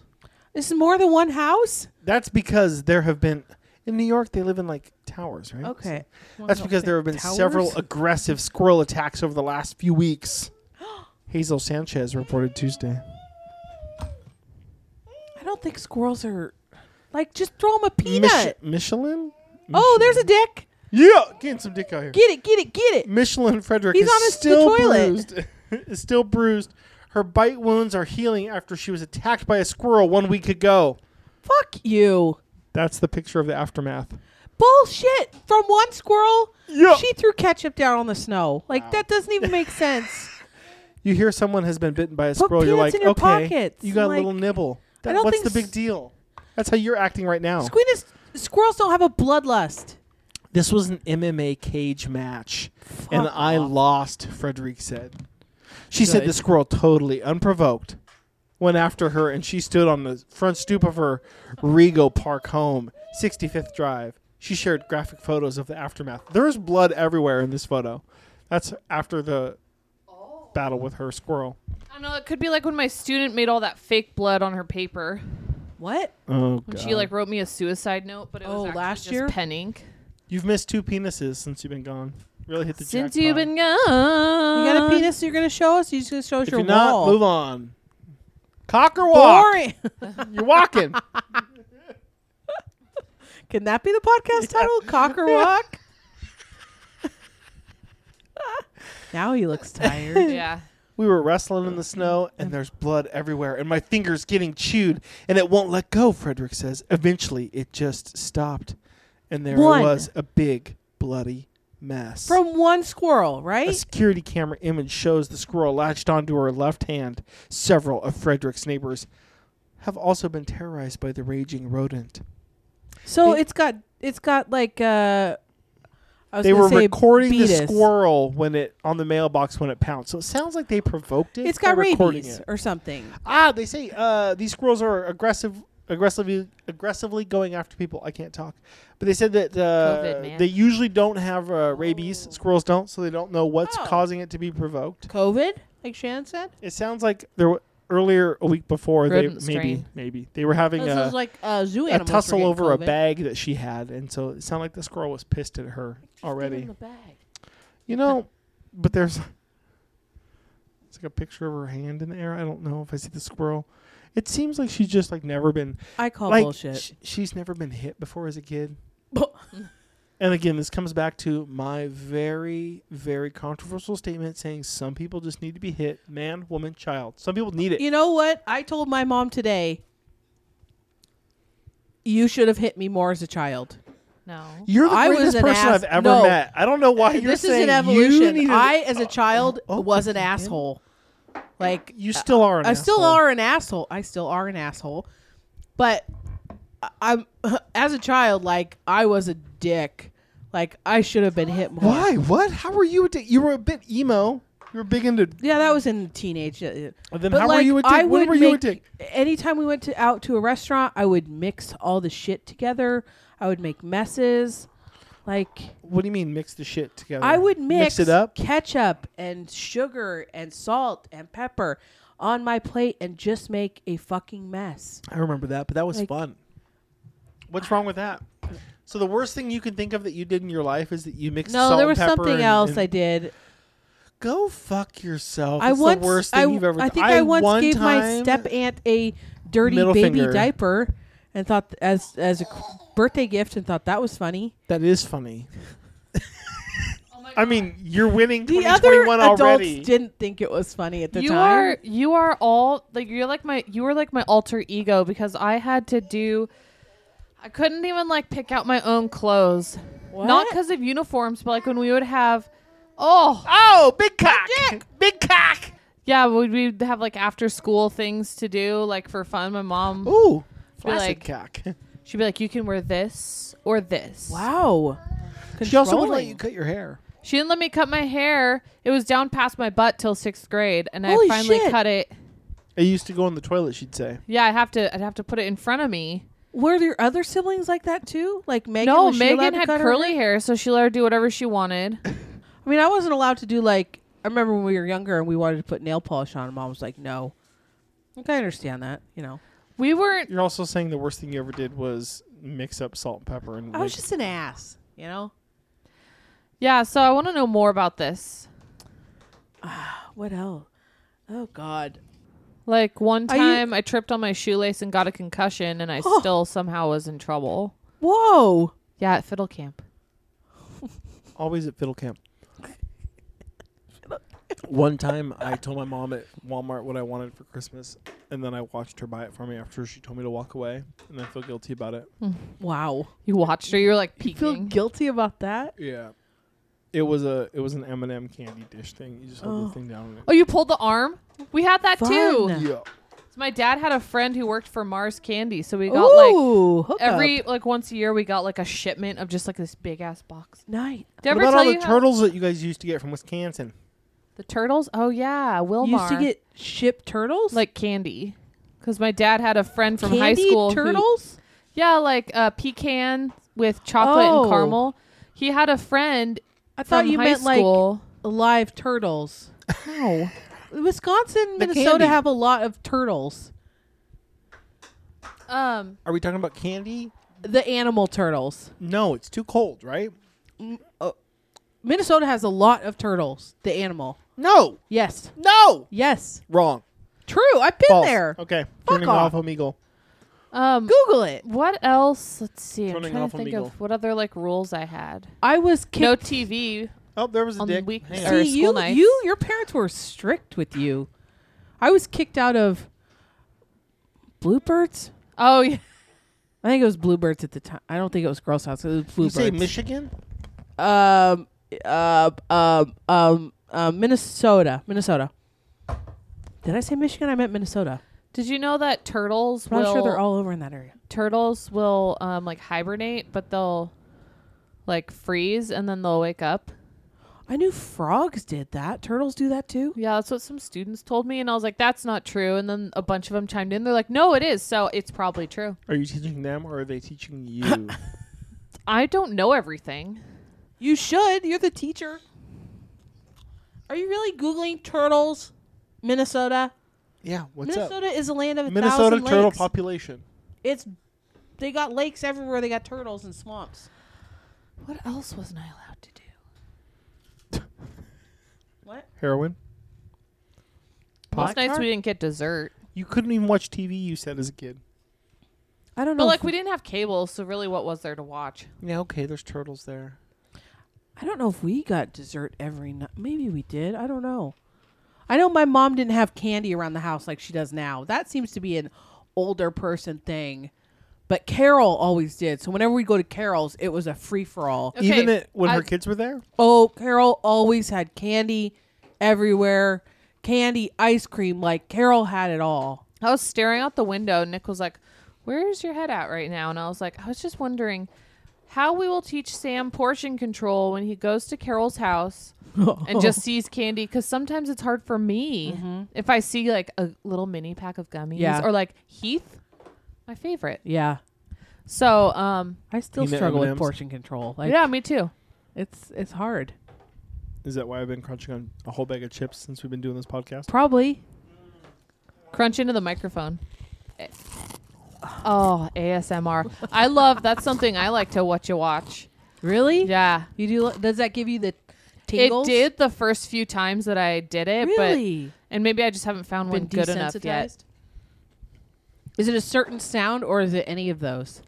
S1: this is more than one house.
S3: That's because there have been in New York they live in like towers, right?
S1: Okay,
S3: So that's because there have been several aggressive squirrel attacks over the last few weeks. Hazel Sanchez reported Tuesday.
S1: I don't think squirrels are like just throw them a peanut.
S3: Mich- Michelin?
S1: Oh, there's a dick.
S3: Yeah, getting some dick out here.
S1: Get it, get it, get it.
S3: Michelin Frederick
S1: He's
S3: is
S1: on his- the
S3: still
S1: toilet.
S3: bruised. is still bruised. Her bite wounds are healing after she was attacked by a squirrel one week ago.
S1: Fuck you.
S7: That's the picture of the aftermath.
S1: Bullshit from one squirrel.
S3: Yeah.
S1: She threw ketchup down on the snow. Like that doesn't even make sense.
S3: You hear someone has been bitten by a
S1: Put
S3: squirrel. You're
S1: peanuts
S3: like,
S1: in your
S3: okay,
S1: pockets."
S3: you got
S1: Like,
S3: a little nibble.
S1: I
S3: That-
S1: don't
S3: what's
S1: think
S3: the big
S1: s-
S3: deal? That's how you're acting right now.
S1: Squeenus squirrels don't have a bloodlust.
S3: This was an MMA cage match, and
S1: Fuck
S3: I
S1: off.
S3: lost. Frederick said. She said
S1: Good.
S3: the squirrel totally unprovoked went after her, and she stood on the front stoop of her Rego Park home, 65th Drive. She shared graphic photos of the aftermath. There's blood everywhere in this photo. That's after the battle with her squirrel.
S5: I don't know. It could be like when my student made all that fake blood on her paper.
S1: What?
S3: Oh
S5: When she like wrote me a suicide note, but it
S1: Oh,
S5: was actually
S1: last
S5: just
S1: year?
S5: pen ink.
S3: You've missed two penises since you've been gone. Really hit the
S5: Since
S3: jackpot.
S5: you've been gone,
S1: You
S5: Uh,
S1: got a penis you're gonna show us? You just gonna show us
S3: If
S1: your
S3: you're not,
S1: wall?
S3: move on. Cock or walk.
S1: Boring.
S3: You're walking.
S1: Can that be the podcast title? Cock or walk? now he looks tired.
S5: Yeah.
S3: we were wrestling in the snow, and there's blood everywhere, and my finger's getting chewed, and it won't let go. Frederick says. Eventually, it just stopped, and there
S1: One.
S3: was a big bloody mess.
S1: From one squirrel,
S3: A
S1: right?
S3: security camera image shows the squirrel latched onto her left hand. Several of Frederick's neighbors have also been terrorized by the raging rodent.
S1: So
S3: Be-
S1: it's got it's got like uh I was
S3: They
S1: gonna
S3: were
S1: say
S3: recording the
S1: beatus.
S3: squirrel when it on the mailbox when it pounced. So it sounds like they provoked it.
S1: It's got
S3: by recording
S1: rabies
S3: it.
S1: or something.
S3: Ah, they say uh, these squirrels are aggressive, aggressively, aggressively going after people. I can't talk, but they said that uh,
S5: COVID, man.
S3: they usually don't have uh, rabies. Squirrels don't, so they don't know what's
S1: Oh.
S3: causing it to be provoked.
S1: COVID, like Shannon said.
S3: It sounds like there were, earlier a week before they maybe
S5: Rodent strain.
S3: maybe they were having
S1: This
S3: a,
S1: is like uh, zoo
S3: a
S1: animals. were
S3: tussle
S1: getting
S3: over a
S1: COVID.
S3: bag that she had, and so it sounded like the squirrel was pissed at her already.
S5: bag.
S3: You know, but there's it's like a picture of her hand in the air. I don't know if I see the squirrel. It seems like she's just like never been
S1: I call
S3: like
S1: Oh, bullshit.
S3: sh- she's never been hit before as a kid.
S1: Bu-
S3: and again, this comes back to my very, very controversial statement saying some people just need to be hit, man, woman, child. Some people need it.
S1: you know what? I told my mom today. You should have hit me more as a child.
S5: No.
S3: You're the
S1: I was
S3: greatest
S1: an
S3: person
S1: ass-
S3: I've ever
S1: no.
S3: met. I don't know why you're
S1: this is
S3: saying
S1: an
S3: you
S1: evolution.
S3: need
S1: I,
S3: it.
S1: as a child,
S3: oh,
S1: was an
S3: okay.
S1: asshole. Like
S3: You still are. An
S1: I still
S3: asshole.
S1: are an asshole. I still are an asshole. But I- I'm as a child, like I was a dick. Like I should have been hit more.
S3: Why? What? How were you? A di- you were a bit emo. You were big into.
S1: Yeah, that was in teenage. uh,
S3: Then
S1: But
S3: how were
S1: like,
S3: you a dick?
S1: I
S3: when
S1: would
S3: were you a
S1: make-
S3: dick?
S1: Anytime we went to, out to a restaurant, I would mix all the shit together. I would make messes. Like
S3: What do you mean mix the shit together?
S1: I would mix,
S3: mix it up.
S1: ketchup and sugar and salt and pepper on my plate and just make a fucking mess.
S3: I remember that, but that was
S1: Like-
S3: fun. What's wrong with that? So the worst thing you can think of that you did in your life is that you mixed
S1: No,
S3: salt
S1: there was
S3: and pepper
S1: something
S3: and-
S1: else
S3: and-
S1: I did.
S3: go fuck yourself.
S1: I
S3: it's
S1: once
S3: the worst thing
S1: I,
S3: you've ever.
S1: I
S3: done.
S1: think I, once
S3: one
S1: gave my
S3: time-
S1: step aunt a dirty
S3: Middle
S1: baby
S3: finger.
S1: diaper and thought th- as as a birthday gift and thought that was funny.
S3: That is funny. I mean, you're winning
S1: The other
S3: 2021
S1: adults
S3: already.
S1: didn't think it was funny at the
S5: you
S1: time.
S5: are you are all like you're like my you were like my alter ego because I had to do I couldn't even like pick out my own clothes. Not
S1: What?
S5: because of uniforms, but like when we would have oh
S3: oh, big cock, big cock.
S5: yeah, would we have like after school things to do like for fun? My mom
S3: Ooh,
S5: You're
S3: flaccid
S5: like-
S3: cock.
S5: she'd be like, You can wear this or this.
S1: Wow.
S3: She also would let
S1: Controlling.
S3: you cut your hair.
S5: She didn't let me cut my hair. It was down past my butt till sixth grade and
S1: Holy
S5: I finally
S1: shit.
S5: cut it.
S3: It used to go in the toilet. She'd say.
S5: Yeah, I have to I'd have to put it in front of me.
S1: Were there other siblings like that too? Like Megan?
S5: no,
S1: was she allowed
S5: Megan
S1: to
S5: had
S1: cut her
S5: curly
S1: hair?
S5: hair, so she let her do whatever she wanted.
S1: I mean, I wasn't allowed to do like. I remember when we were younger and we wanted to put nail polish on. And Mom was like, "No." Like, I understand that, you know.
S5: We weren't
S3: You're also saying the worst thing you ever did was mix up salt and pepper and.
S1: I was just an ass, you know.
S5: Yeah, so I want to know more about this.
S1: What else? Oh God.
S5: Like one
S1: Are you-
S5: time I tripped on my shoelace and got a concussion and I
S1: Oh.
S5: still somehow was in trouble.
S1: Whoa.
S5: Yeah, at fiddle camp.
S3: always at fiddle camp. One time, I told my mom at Walmart what I wanted for Christmas, and then I watched her buy it for me after she told me to walk away, and I feel guilty about it.
S1: Wow.
S5: You watched her. You were like
S1: You feel
S5: peeking.
S1: guilty about that?
S3: Yeah, it was a it was an M and m candy dish thing. You just hold
S1: Oh.
S3: the thing down. And it,
S5: oh, you pulled the arm. We had that too.
S1: Fun.
S3: yeah,
S5: So my dad had a friend who worked for Mars Candy, so we got like
S1: Ooh, hook
S5: every
S1: up.
S5: like once a year we got like a shipment of just like this big ass box.
S1: night.
S5: Did I
S3: what
S5: ever
S3: about
S5: tell
S3: all the
S5: you how-
S3: turtles that you guys used to get from Wisconsin?
S5: The turtles? Oh yeah, Wilmar.
S1: You used to get ship turtles,
S5: like candy, because my dad had a friend from high
S1: Candy
S5: school. who-
S1: turtles.
S5: yeah, like uh, pecan with chocolate
S1: Oh.
S5: and caramel. He had a friend
S1: I
S5: from
S1: thought you
S5: high
S1: meant
S5: school.
S1: like live turtles.
S5: no.
S1: Wisconsin,
S3: The
S1: Minnesota
S3: candy.
S1: have a lot of turtles.
S5: Um.
S3: Are we talking about candy?
S1: The animal turtles.
S3: No, it's too cold, right?
S1: Minnesota has a lot of turtles. The animal.
S3: No,
S1: Yes.
S3: no,
S1: Yes.
S3: wrong.
S1: True. I've been
S3: False.
S1: there.
S3: Okay,
S1: Fuck
S3: turning
S1: off.
S3: off Omegle.
S5: Um.
S1: Google it.
S5: What else? Let's see. I'm
S3: Turning
S5: trying
S3: off
S5: to think
S3: Omegle.
S5: of what other like rules I had.
S1: I was kicked.
S5: No TV
S3: Oh, there was a
S5: on
S3: dick.
S5: week
S3: Hang on.
S5: or
S1: See,
S5: school
S1: you,
S5: nights.
S1: you, your parents were strict with you. I was kicked out of Bluebirds.
S5: Oh yeah.
S1: I think it was Bluebirds at the time. I don't think it was Girls House. It was
S3: You
S1: Bluebirds.
S3: say Michigan?
S1: um, uh, um, um, uh, Minnesota, Minnesota. Did I say Michigan? I meant Minnesota.
S5: Did you know that turtles
S1: But I'm
S5: will
S1: sure they're all over in that area.
S5: turtles will um like hibernate, but they'll like freeze and then they'll wake up.
S1: I knew frogs did that. Turtles do that too.
S5: Yeah, that's what some students told me, and I was like, "That's not true." And then a bunch of them chimed in. They're like, "No, it is." So it's probably true.
S3: Are you teaching them or are they teaching you?
S5: I don't know everything.
S1: You should. You're the teacher. Are you really googling turtles, Minnesota?
S3: yeah, what's up?
S1: Minnesota is a land of a
S3: Minnesota
S1: thousand
S3: turtle
S1: lakes.
S3: population.
S1: it's they got lakes everywhere. They got turtles and swamps.
S5: What else wasn't I allowed to do?
S1: What?
S3: Heroin.
S5: Most nights we didn't get dessert,
S3: You couldn't even watch TV. You said as a kid.
S1: I don't know.
S5: but
S1: if-
S5: like we didn't have cable, so really, what was there to watch?
S3: Yeah, okay. There's turtles there.
S1: I don't know if we got dessert every night. Maybe we did. I don't know. I know my mom didn't have candy around the house like she does now. That seems to be an older person thing. But Carol always did. So whenever we go to Carol's, it was a free for all.
S5: Okay,
S3: Even it, when
S5: I-
S3: her kids were there.
S1: Oh, Carol always had candy everywhere. Candy, ice cream, like Carol had it all.
S5: I was staring out the window. Nick was like, "Where's your head at right now?" And I was like, "I was just wondering how we will teach Sam portion control when he goes to Carol's house and just sees candy because sometimes it's hard for me if I see like a little mini pack of gummies
S1: Yeah.
S5: or like Heath, my favorite.
S1: Yeah.
S5: So, um,
S1: I still
S3: Peanut
S1: struggle with
S3: M&Ms.
S1: portion control. Like
S5: yeah, me too.
S1: it's it's hard.
S3: Is that why I've been crunching on a whole bag of chips since we've been doing this podcast?
S1: Probably.
S5: Crunch into the microphone. Eh. Oh, ASMR. I love that's something I like to watch you watch.
S1: Really?
S5: Yeah.
S1: You do does that give you the tingles?
S5: It did the first few times that I did it, but
S1: Really?
S5: and maybe I just haven't found one good enough yet.
S1: Is it a certain sound or is it any of those?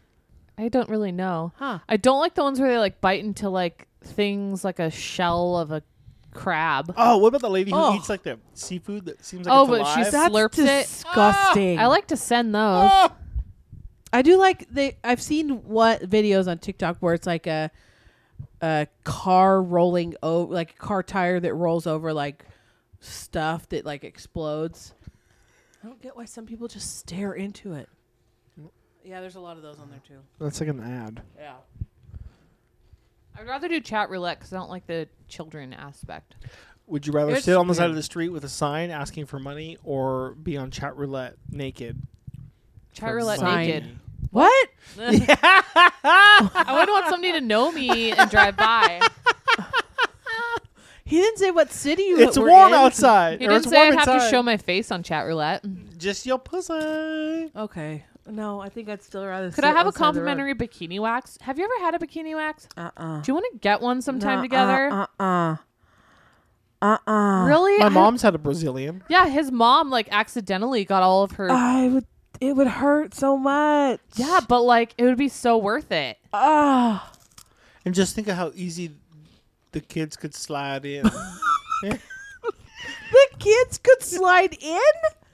S5: I don't really know.
S1: Huh.
S5: I don't like the ones where they like bite into like things like a shell of a crab.
S3: Oh, what about the lady who
S1: Oh.
S3: eats like the seafood that seems like
S5: Oh,
S3: it's
S5: but
S3: alive? Oh.
S5: she's- That's Slurps it.
S1: disgusting.
S5: I like to send those.
S1: Ah! I do like they. I've seen what videos on TikTok where it's like a a car rolling over, like a car tire that rolls over like stuff that like explodes. I don't get why some people just stare into it. Yeah, there's a lot of those on there too.
S3: That's like an ad.
S1: Yeah.
S5: I'd rather do chat roulette because I don't like the children aspect.
S3: Would you rather
S1: It's
S3: sit on the side
S1: weird.
S3: of the street with a sign asking for money or be on chat roulette naked?
S5: Chat roulette
S1: Sign.
S5: naked.
S1: What?
S5: I would want somebody to know me and drive by.
S1: He didn't say what city you
S3: It's
S1: were in.
S3: warm outside.
S5: He
S3: or
S5: didn't
S3: it's
S5: say I'd
S3: warm
S5: have to
S3: inside.
S5: show my face on chat roulette. Could
S3: Just your pussy.
S1: Okay. No, I think I'd still rather.
S5: I have a complimentary bikini wax? Have you ever had a bikini wax?
S1: Uh uh.
S5: Do you want to get one sometime together?
S1: Uh uh. Uh uh.
S5: Really?
S3: My
S5: I-
S3: mom's had a Brazilian.
S5: Yeah, his mom like accidentally got all of her.
S3: Uh,
S1: I would. It would hurt so much.
S5: yeah, but like it would be so worth it.
S1: Ah.
S3: And just think of how easy the kids could slide in.
S1: kids could slide in?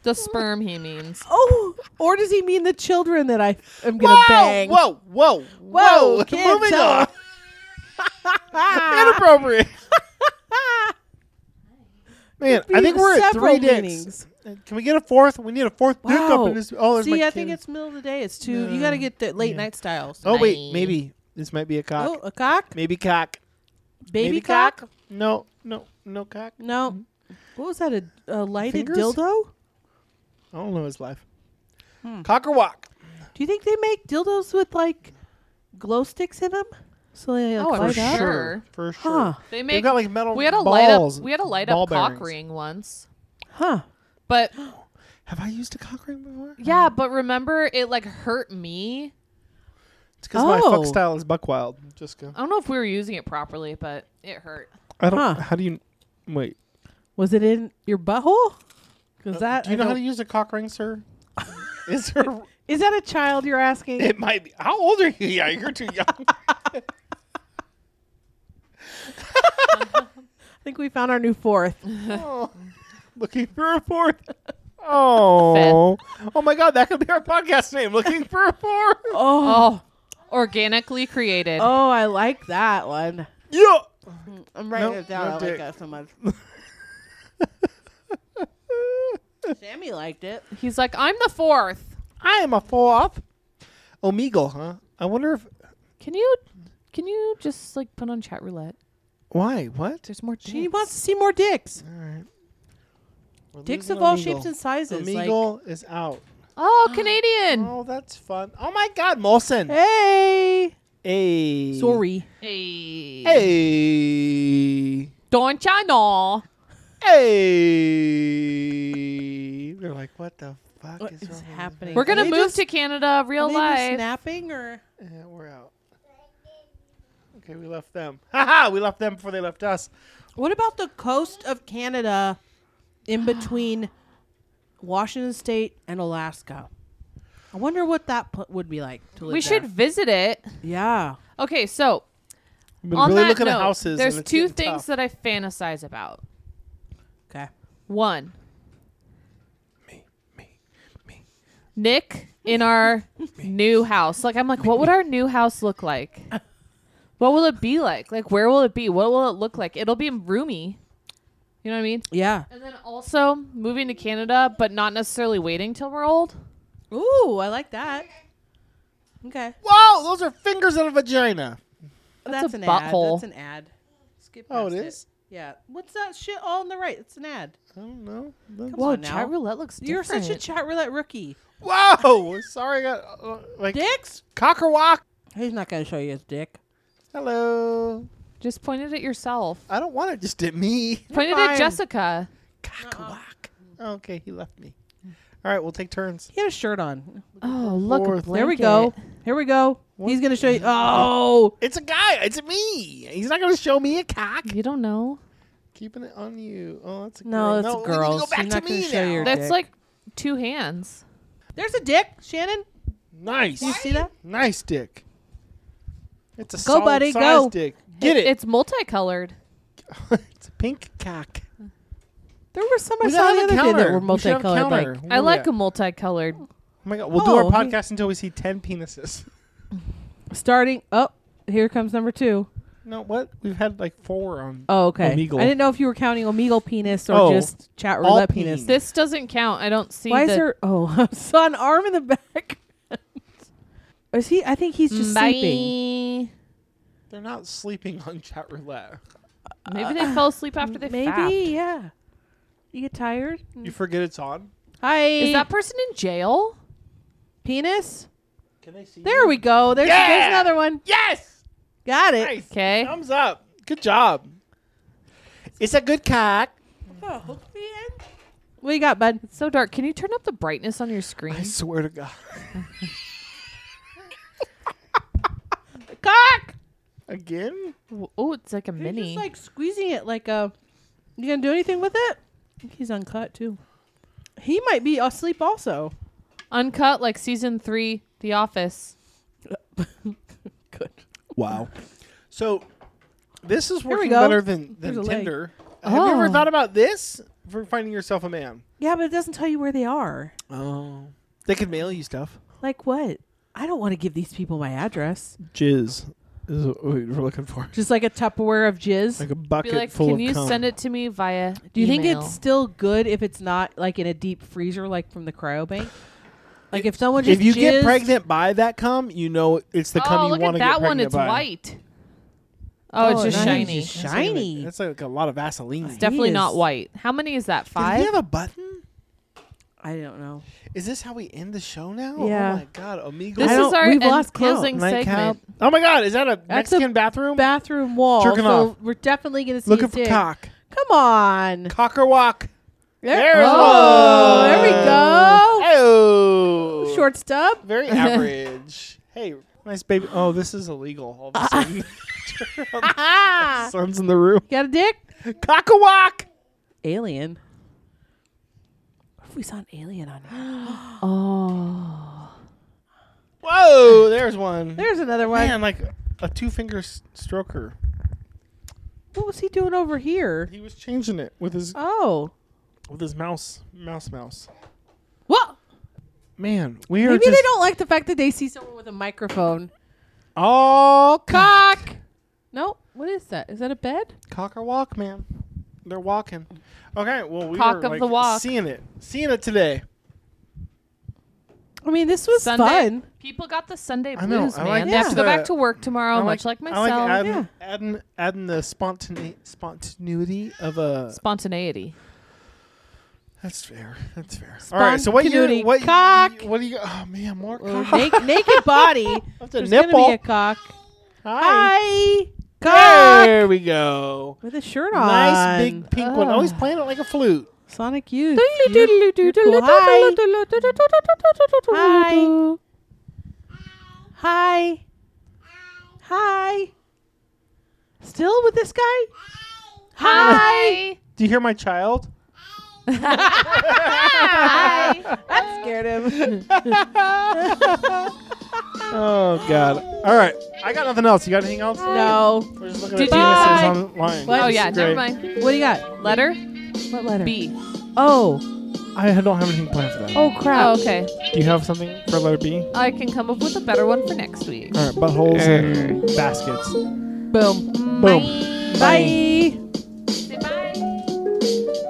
S5: The sperm he means.
S1: Oh, or does he mean the children that I am gonna bang?
S3: Whoa, whoa,
S1: Whoa,
S3: whoa!
S1: kids,
S3: Moving
S1: uh,
S3: on.
S1: Ah.
S3: Inappropriate. Man, I think we're at three
S1: Several
S3: dicks.
S1: meanings.
S3: Can we get a fourth? We need a fourth dick up
S1: Wow.
S3: in this. Oh, there's
S1: See,
S3: my
S1: I think
S3: kid.
S1: it's middle of the day. It's too. You got to get the late night styles.
S3: Oh wait, maybe this might be a cock.
S1: Oh, a cock,
S3: Maybe cock.
S1: baby
S3: maybe
S1: cock?
S3: No, no, no cock.
S1: No, what was that? A, a lighted
S3: Fingers?
S1: dildo?
S3: I don't know his life. Cock or walk.
S1: Do you think they make dildos with like glow sticks in them? So they like,
S5: Oh, I'm
S1: light up?
S5: sure.
S3: For
S1: Huh?
S3: sure.
S5: They
S3: They've
S5: make
S3: got like metal.
S5: we had a light up
S3: balls,
S5: we had a light
S3: ball
S5: up cock
S3: bearings.
S5: ring once.
S1: Huh?
S5: But
S3: Have I used a cock ring before?
S5: yeah, but remember it like hurt me.
S3: It's because my
S1: Oh.
S3: fuck style is buck wild. Just go.
S5: I don't know if we were using it properly, but it hurt.
S3: I don't.
S1: Huh.
S3: How do you? Wait.
S1: Was it in your butthole? Because that
S3: Uh, do you
S1: I
S3: know how
S1: don't-
S3: to use a cock ring, sir? is there?
S1: is that a child you're asking?
S3: It might be. How old are you? Yeah, you're too young.
S1: I think we found our new fourth.
S3: Looking for a fourth. Oh. Oh my God, that could be our podcast name. Looking for a fourth.
S1: Oh,
S5: Oh, organically created.
S1: oh, I like that one.
S3: Yeah.
S1: I'm writing
S3: No,
S1: it down.
S3: no
S1: I like
S3: dick.
S1: that so much. Sammy liked it.
S5: He's like, I'm the fourth.
S3: I am a fourth. Omegle, huh? I wonder if.
S5: Can you can you just like put on chat roulette?
S3: Why? What?
S5: There's more.
S1: She
S5: dicks.
S1: wants to see more dicks.
S3: All right. We're
S1: Dicks
S3: losing
S1: of all
S3: Omegle.
S1: shapes and sizes. like-
S3: Omegle is out.
S5: Oh, Canadian.
S3: Oh, that's fun. Oh my God, Molson.
S1: hey.
S3: Hey.
S1: Sorry.
S5: Hey.
S3: Hey.
S5: Don't ya know?
S3: Hey. They're like, what the fuck
S1: What
S3: is
S1: is
S3: wrong with this
S1: happening?
S5: We're gonna
S1: Are they
S5: move
S1: just-
S5: to Canada
S1: are
S5: real
S1: they just
S5: life.
S1: snapping or
S3: Yeah, we're out. Okay, we left them. Haha, we left them before they left us.
S1: what about the coast of Canada in between Washington State and Alaska? I wonder what that pu- would be like to live
S5: We should
S1: there.
S5: visit it.
S1: Yeah.
S5: Okay, so
S3: We've been
S5: on
S3: really
S5: that
S3: looking
S5: note,
S3: at houses.
S5: there's
S3: and it's
S5: two
S3: getting
S5: things
S3: tough.
S5: that I fantasize about.
S1: Okay.
S5: One,
S3: Me, me, me.
S5: Nick in our new house. Like I'm like, what would our new house look like? What will it be like? Like where will it be? What will it look like? It'll be roomy. You know what I mean?
S1: Yeah.
S5: And then also moving to Canada, but not necessarily waiting till we're old.
S1: Ooh, I like that. Okay.
S3: Wow, those are fingers in a vagina.
S1: That's,
S5: a
S1: an
S5: butthole.
S1: ad. That's an ad. Skip
S3: Oh,
S1: past
S3: it is?
S1: Yeah. What's that shit all on the right? It's an ad.
S3: I don't know. That's-
S1: Come
S5: Whoa,
S1: on now.
S5: chat roulette looks
S1: You're
S5: different.
S1: such a chat roulette rookie.
S3: Whoa! Sorry, I got uh, like
S1: Dicks?
S3: cock or walk.
S1: He's not gonna show you his dick.
S3: Hello.
S5: Just point it at yourself.
S3: I don't want it just at me.
S5: Point it at Jessica.
S3: Cock or walk. Uh-uh. Okay, he left me. All right, we'll take turns.
S1: He had a shirt on.
S5: Oh, look.
S3: Fourth.
S1: There we go. Here we go. He's gonna show you. Oh,
S3: It's a guy. It's me. He's not going to show me a cock.
S5: You don't know.
S3: Keeping it on you. Oh, that's a
S1: No,
S3: girl.
S1: it's a
S3: we
S1: girl,
S3: Need to
S1: so
S3: go back
S1: you're
S3: to
S1: not gonna
S3: me
S1: show
S3: now.
S1: your-
S5: That's
S1: dick.
S5: like two hands.
S1: there's a dick, Shannon.
S3: nice.
S1: Do you see that?
S3: Nice dick. It's a
S1: Go,
S3: solid
S1: buddy,
S3: size
S1: go.
S3: dick. Get it.
S5: It's multicolored.
S3: it's a pink cock.
S1: There were some I
S3: We
S1: saw
S3: gotta
S1: the
S3: have
S1: other day
S3: a
S1: that
S3: counter.
S1: were
S3: We should have a
S1: multicolored.
S3: counter.
S1: Like,
S3: Where
S5: I
S3: we
S5: like
S3: at?
S5: a multicolored.
S3: Oh my god, we'll
S1: Oh,
S3: do our
S1: he-
S3: podcast until we see ten penises.
S1: starting. Oh, here comes number two.
S3: No, what? We've had like four on.
S1: Oh, okay.
S3: Omegle.
S1: I didn't know if you were counting omegle penis or
S3: Oh.
S1: just chat
S3: All
S1: roulette
S3: peen.
S1: penis.
S5: This doesn't count. I don't see
S1: Why
S5: the
S1: is there? Oh, I saw an arm in the back. is he? I think he's just
S5: Bye.
S1: sleeping.
S3: They're not sleeping on chat roulette.
S5: Maybe they fell asleep after they
S1: Maybe,
S5: fapped.
S1: yeah. You get tired?
S3: You forget it's on.
S1: Hi.
S5: Is that person in jail?
S1: penis?
S3: Can they see?
S1: There we go. There's,
S3: Yeah!
S1: there's another one.
S3: Yes.
S1: Got it.
S3: Nice.
S5: Okay.
S3: Thumbs up. Good job. It's a good cock. Oh,
S1: What you got, bud?
S5: It's so dark. Can you turn up the brightness on your screen?
S3: I swear to God.
S1: Cock.
S3: Again?
S5: Oh, it's like a
S1: You're
S5: mini.
S1: just like squeezing it like a. You gonna do anything with it? I think he's uncut too. He might be asleep also.
S5: Uncut, like season three, The Office.
S1: Good.
S3: Wow. So this is
S1: we
S3: working
S1: go.
S3: better than,
S1: There's
S3: than
S1: a leg.
S3: Tinder. Have you ever
S5: Oh.
S3: thought about this? for finding yourself a man.
S1: Yeah, but it doesn't tell you where they are.
S3: Oh. They could mail you stuff.
S1: Like what? I don't want to give these people my address.
S3: Jizz is what we were looking for.
S1: Just like a Tupperware of jizz.
S3: Like a
S5: Be
S3: bucket
S5: like,
S3: full
S5: can
S3: of
S5: you
S3: cum.
S5: send it to me via?
S1: Do you think
S5: email?"
S1: it's still good if it's not like in a deep freezer, like from the cryobank? Like if someone just
S3: if you
S1: jizzed-
S3: get pregnant by that cum, you know it's the
S5: oh,
S3: cum you
S5: look
S3: want
S5: at
S3: to get
S5: that one.
S3: pregnant
S5: It's
S3: by.
S5: white. Oh, it's just
S1: nice.
S5: shiny.
S1: It's shiny.
S3: That's like a lot of Vaseline.
S1: He
S5: Definitely not
S1: is-
S5: white. How many is that?
S3: Does
S5: Five.
S3: he have a button?
S1: I don't know.
S3: Is this how we end the show now?
S1: Yeah.
S3: Oh my god, amigo.
S5: This
S1: I
S5: is
S1: don't-
S5: our
S1: we've
S5: end-
S1: lost count.
S5: closing
S3: Nightcap.
S5: segment.
S3: Oh my god, is that a
S1: That's a
S3: Mexican bathroom?
S1: Bathroom wall.
S3: Jerking
S1: so
S3: off.
S1: we're definitely gonna see
S3: Looking
S1: his
S3: for
S1: dick.
S3: cock.
S1: Come on.
S3: Cock or walk.
S1: There-
S3: There's
S1: oh,
S3: one.
S1: there we go.
S3: Oh.
S1: Short stub.
S3: Very average. hey, nice baby. Oh, this is illegal all of a sudden.
S1: Ah,
S3: Sun's in the room.
S1: got a dick.
S3: Cock or walk.
S1: Alien. What if we saw an alien on here? Oh.
S3: Whoa, there's one.
S1: There's another one.
S3: Man, like a two finger s- stroker.
S1: What was he doing over here?
S3: He was changing it with his
S1: Oh,
S3: with his mouse mouse mouse.
S1: what?
S3: Man, we are
S1: Maybe
S3: just
S1: they don't like the fact that they see someone with a microphone.
S3: all cock.
S1: No, what is that? Is that a bed?
S3: Cock or walk, man. They're walking. Okay, well we
S5: Cock
S3: are,
S5: of
S3: like,
S5: the walk.
S3: seeing it, seeing it today.
S1: I mean, this was
S5: Sunday.
S1: fun.
S5: People got the Sunday
S3: I know,
S5: blues,
S3: I
S5: man.
S3: like
S5: They have to go
S3: that.
S5: back to work
S1: Oh,
S5: tomorrow,
S3: I
S5: much like
S3: I like
S5: myself.
S3: adding,
S1: yeah.
S3: adding, adding the spontane- spontaneity of a.
S5: Spontaneity.
S3: That's fair. That's fair. All right. So what
S1: Spontaneity.
S3: you what
S1: Cock.
S3: You, what do you? Oh man, more
S1: Well,
S3: cock.
S1: naked, naked body.
S3: That's a
S1: There's gonna be
S3: nipple.
S1: a cock.
S3: Hi.
S1: Hi, cock
S3: There we go.
S1: with a shirt on.
S3: Nice big pink one.
S5: Ah.
S3: Always playing it like a flute.
S1: Sonic Youth. cool. Hi.
S5: Hi.
S1: Hi, hi. Still with this guy?
S5: Hi.
S3: Do you hear my child?
S5: Hi.
S1: That scared him.
S3: Oh God! All right, I got nothing else. You got anything else?
S1: no.
S3: We're just looking
S5: Did
S3: at
S5: you-
S3: penises online.
S1: What?
S5: Oh
S3: This
S5: yeah,
S3: is
S5: never
S3: great.
S5: mind.
S1: What do you got?
S5: Letter
S1: What letter?
S5: B.
S1: Oh.
S3: I don't have anything planned for that.
S1: Oh crap.
S5: Oh, okay.
S3: Do you have something for letter B?
S5: I can come up with a better one for next week.
S3: All right, buttholes and baskets.
S1: Boom.
S3: Boom.
S1: Bye.
S5: Say bye.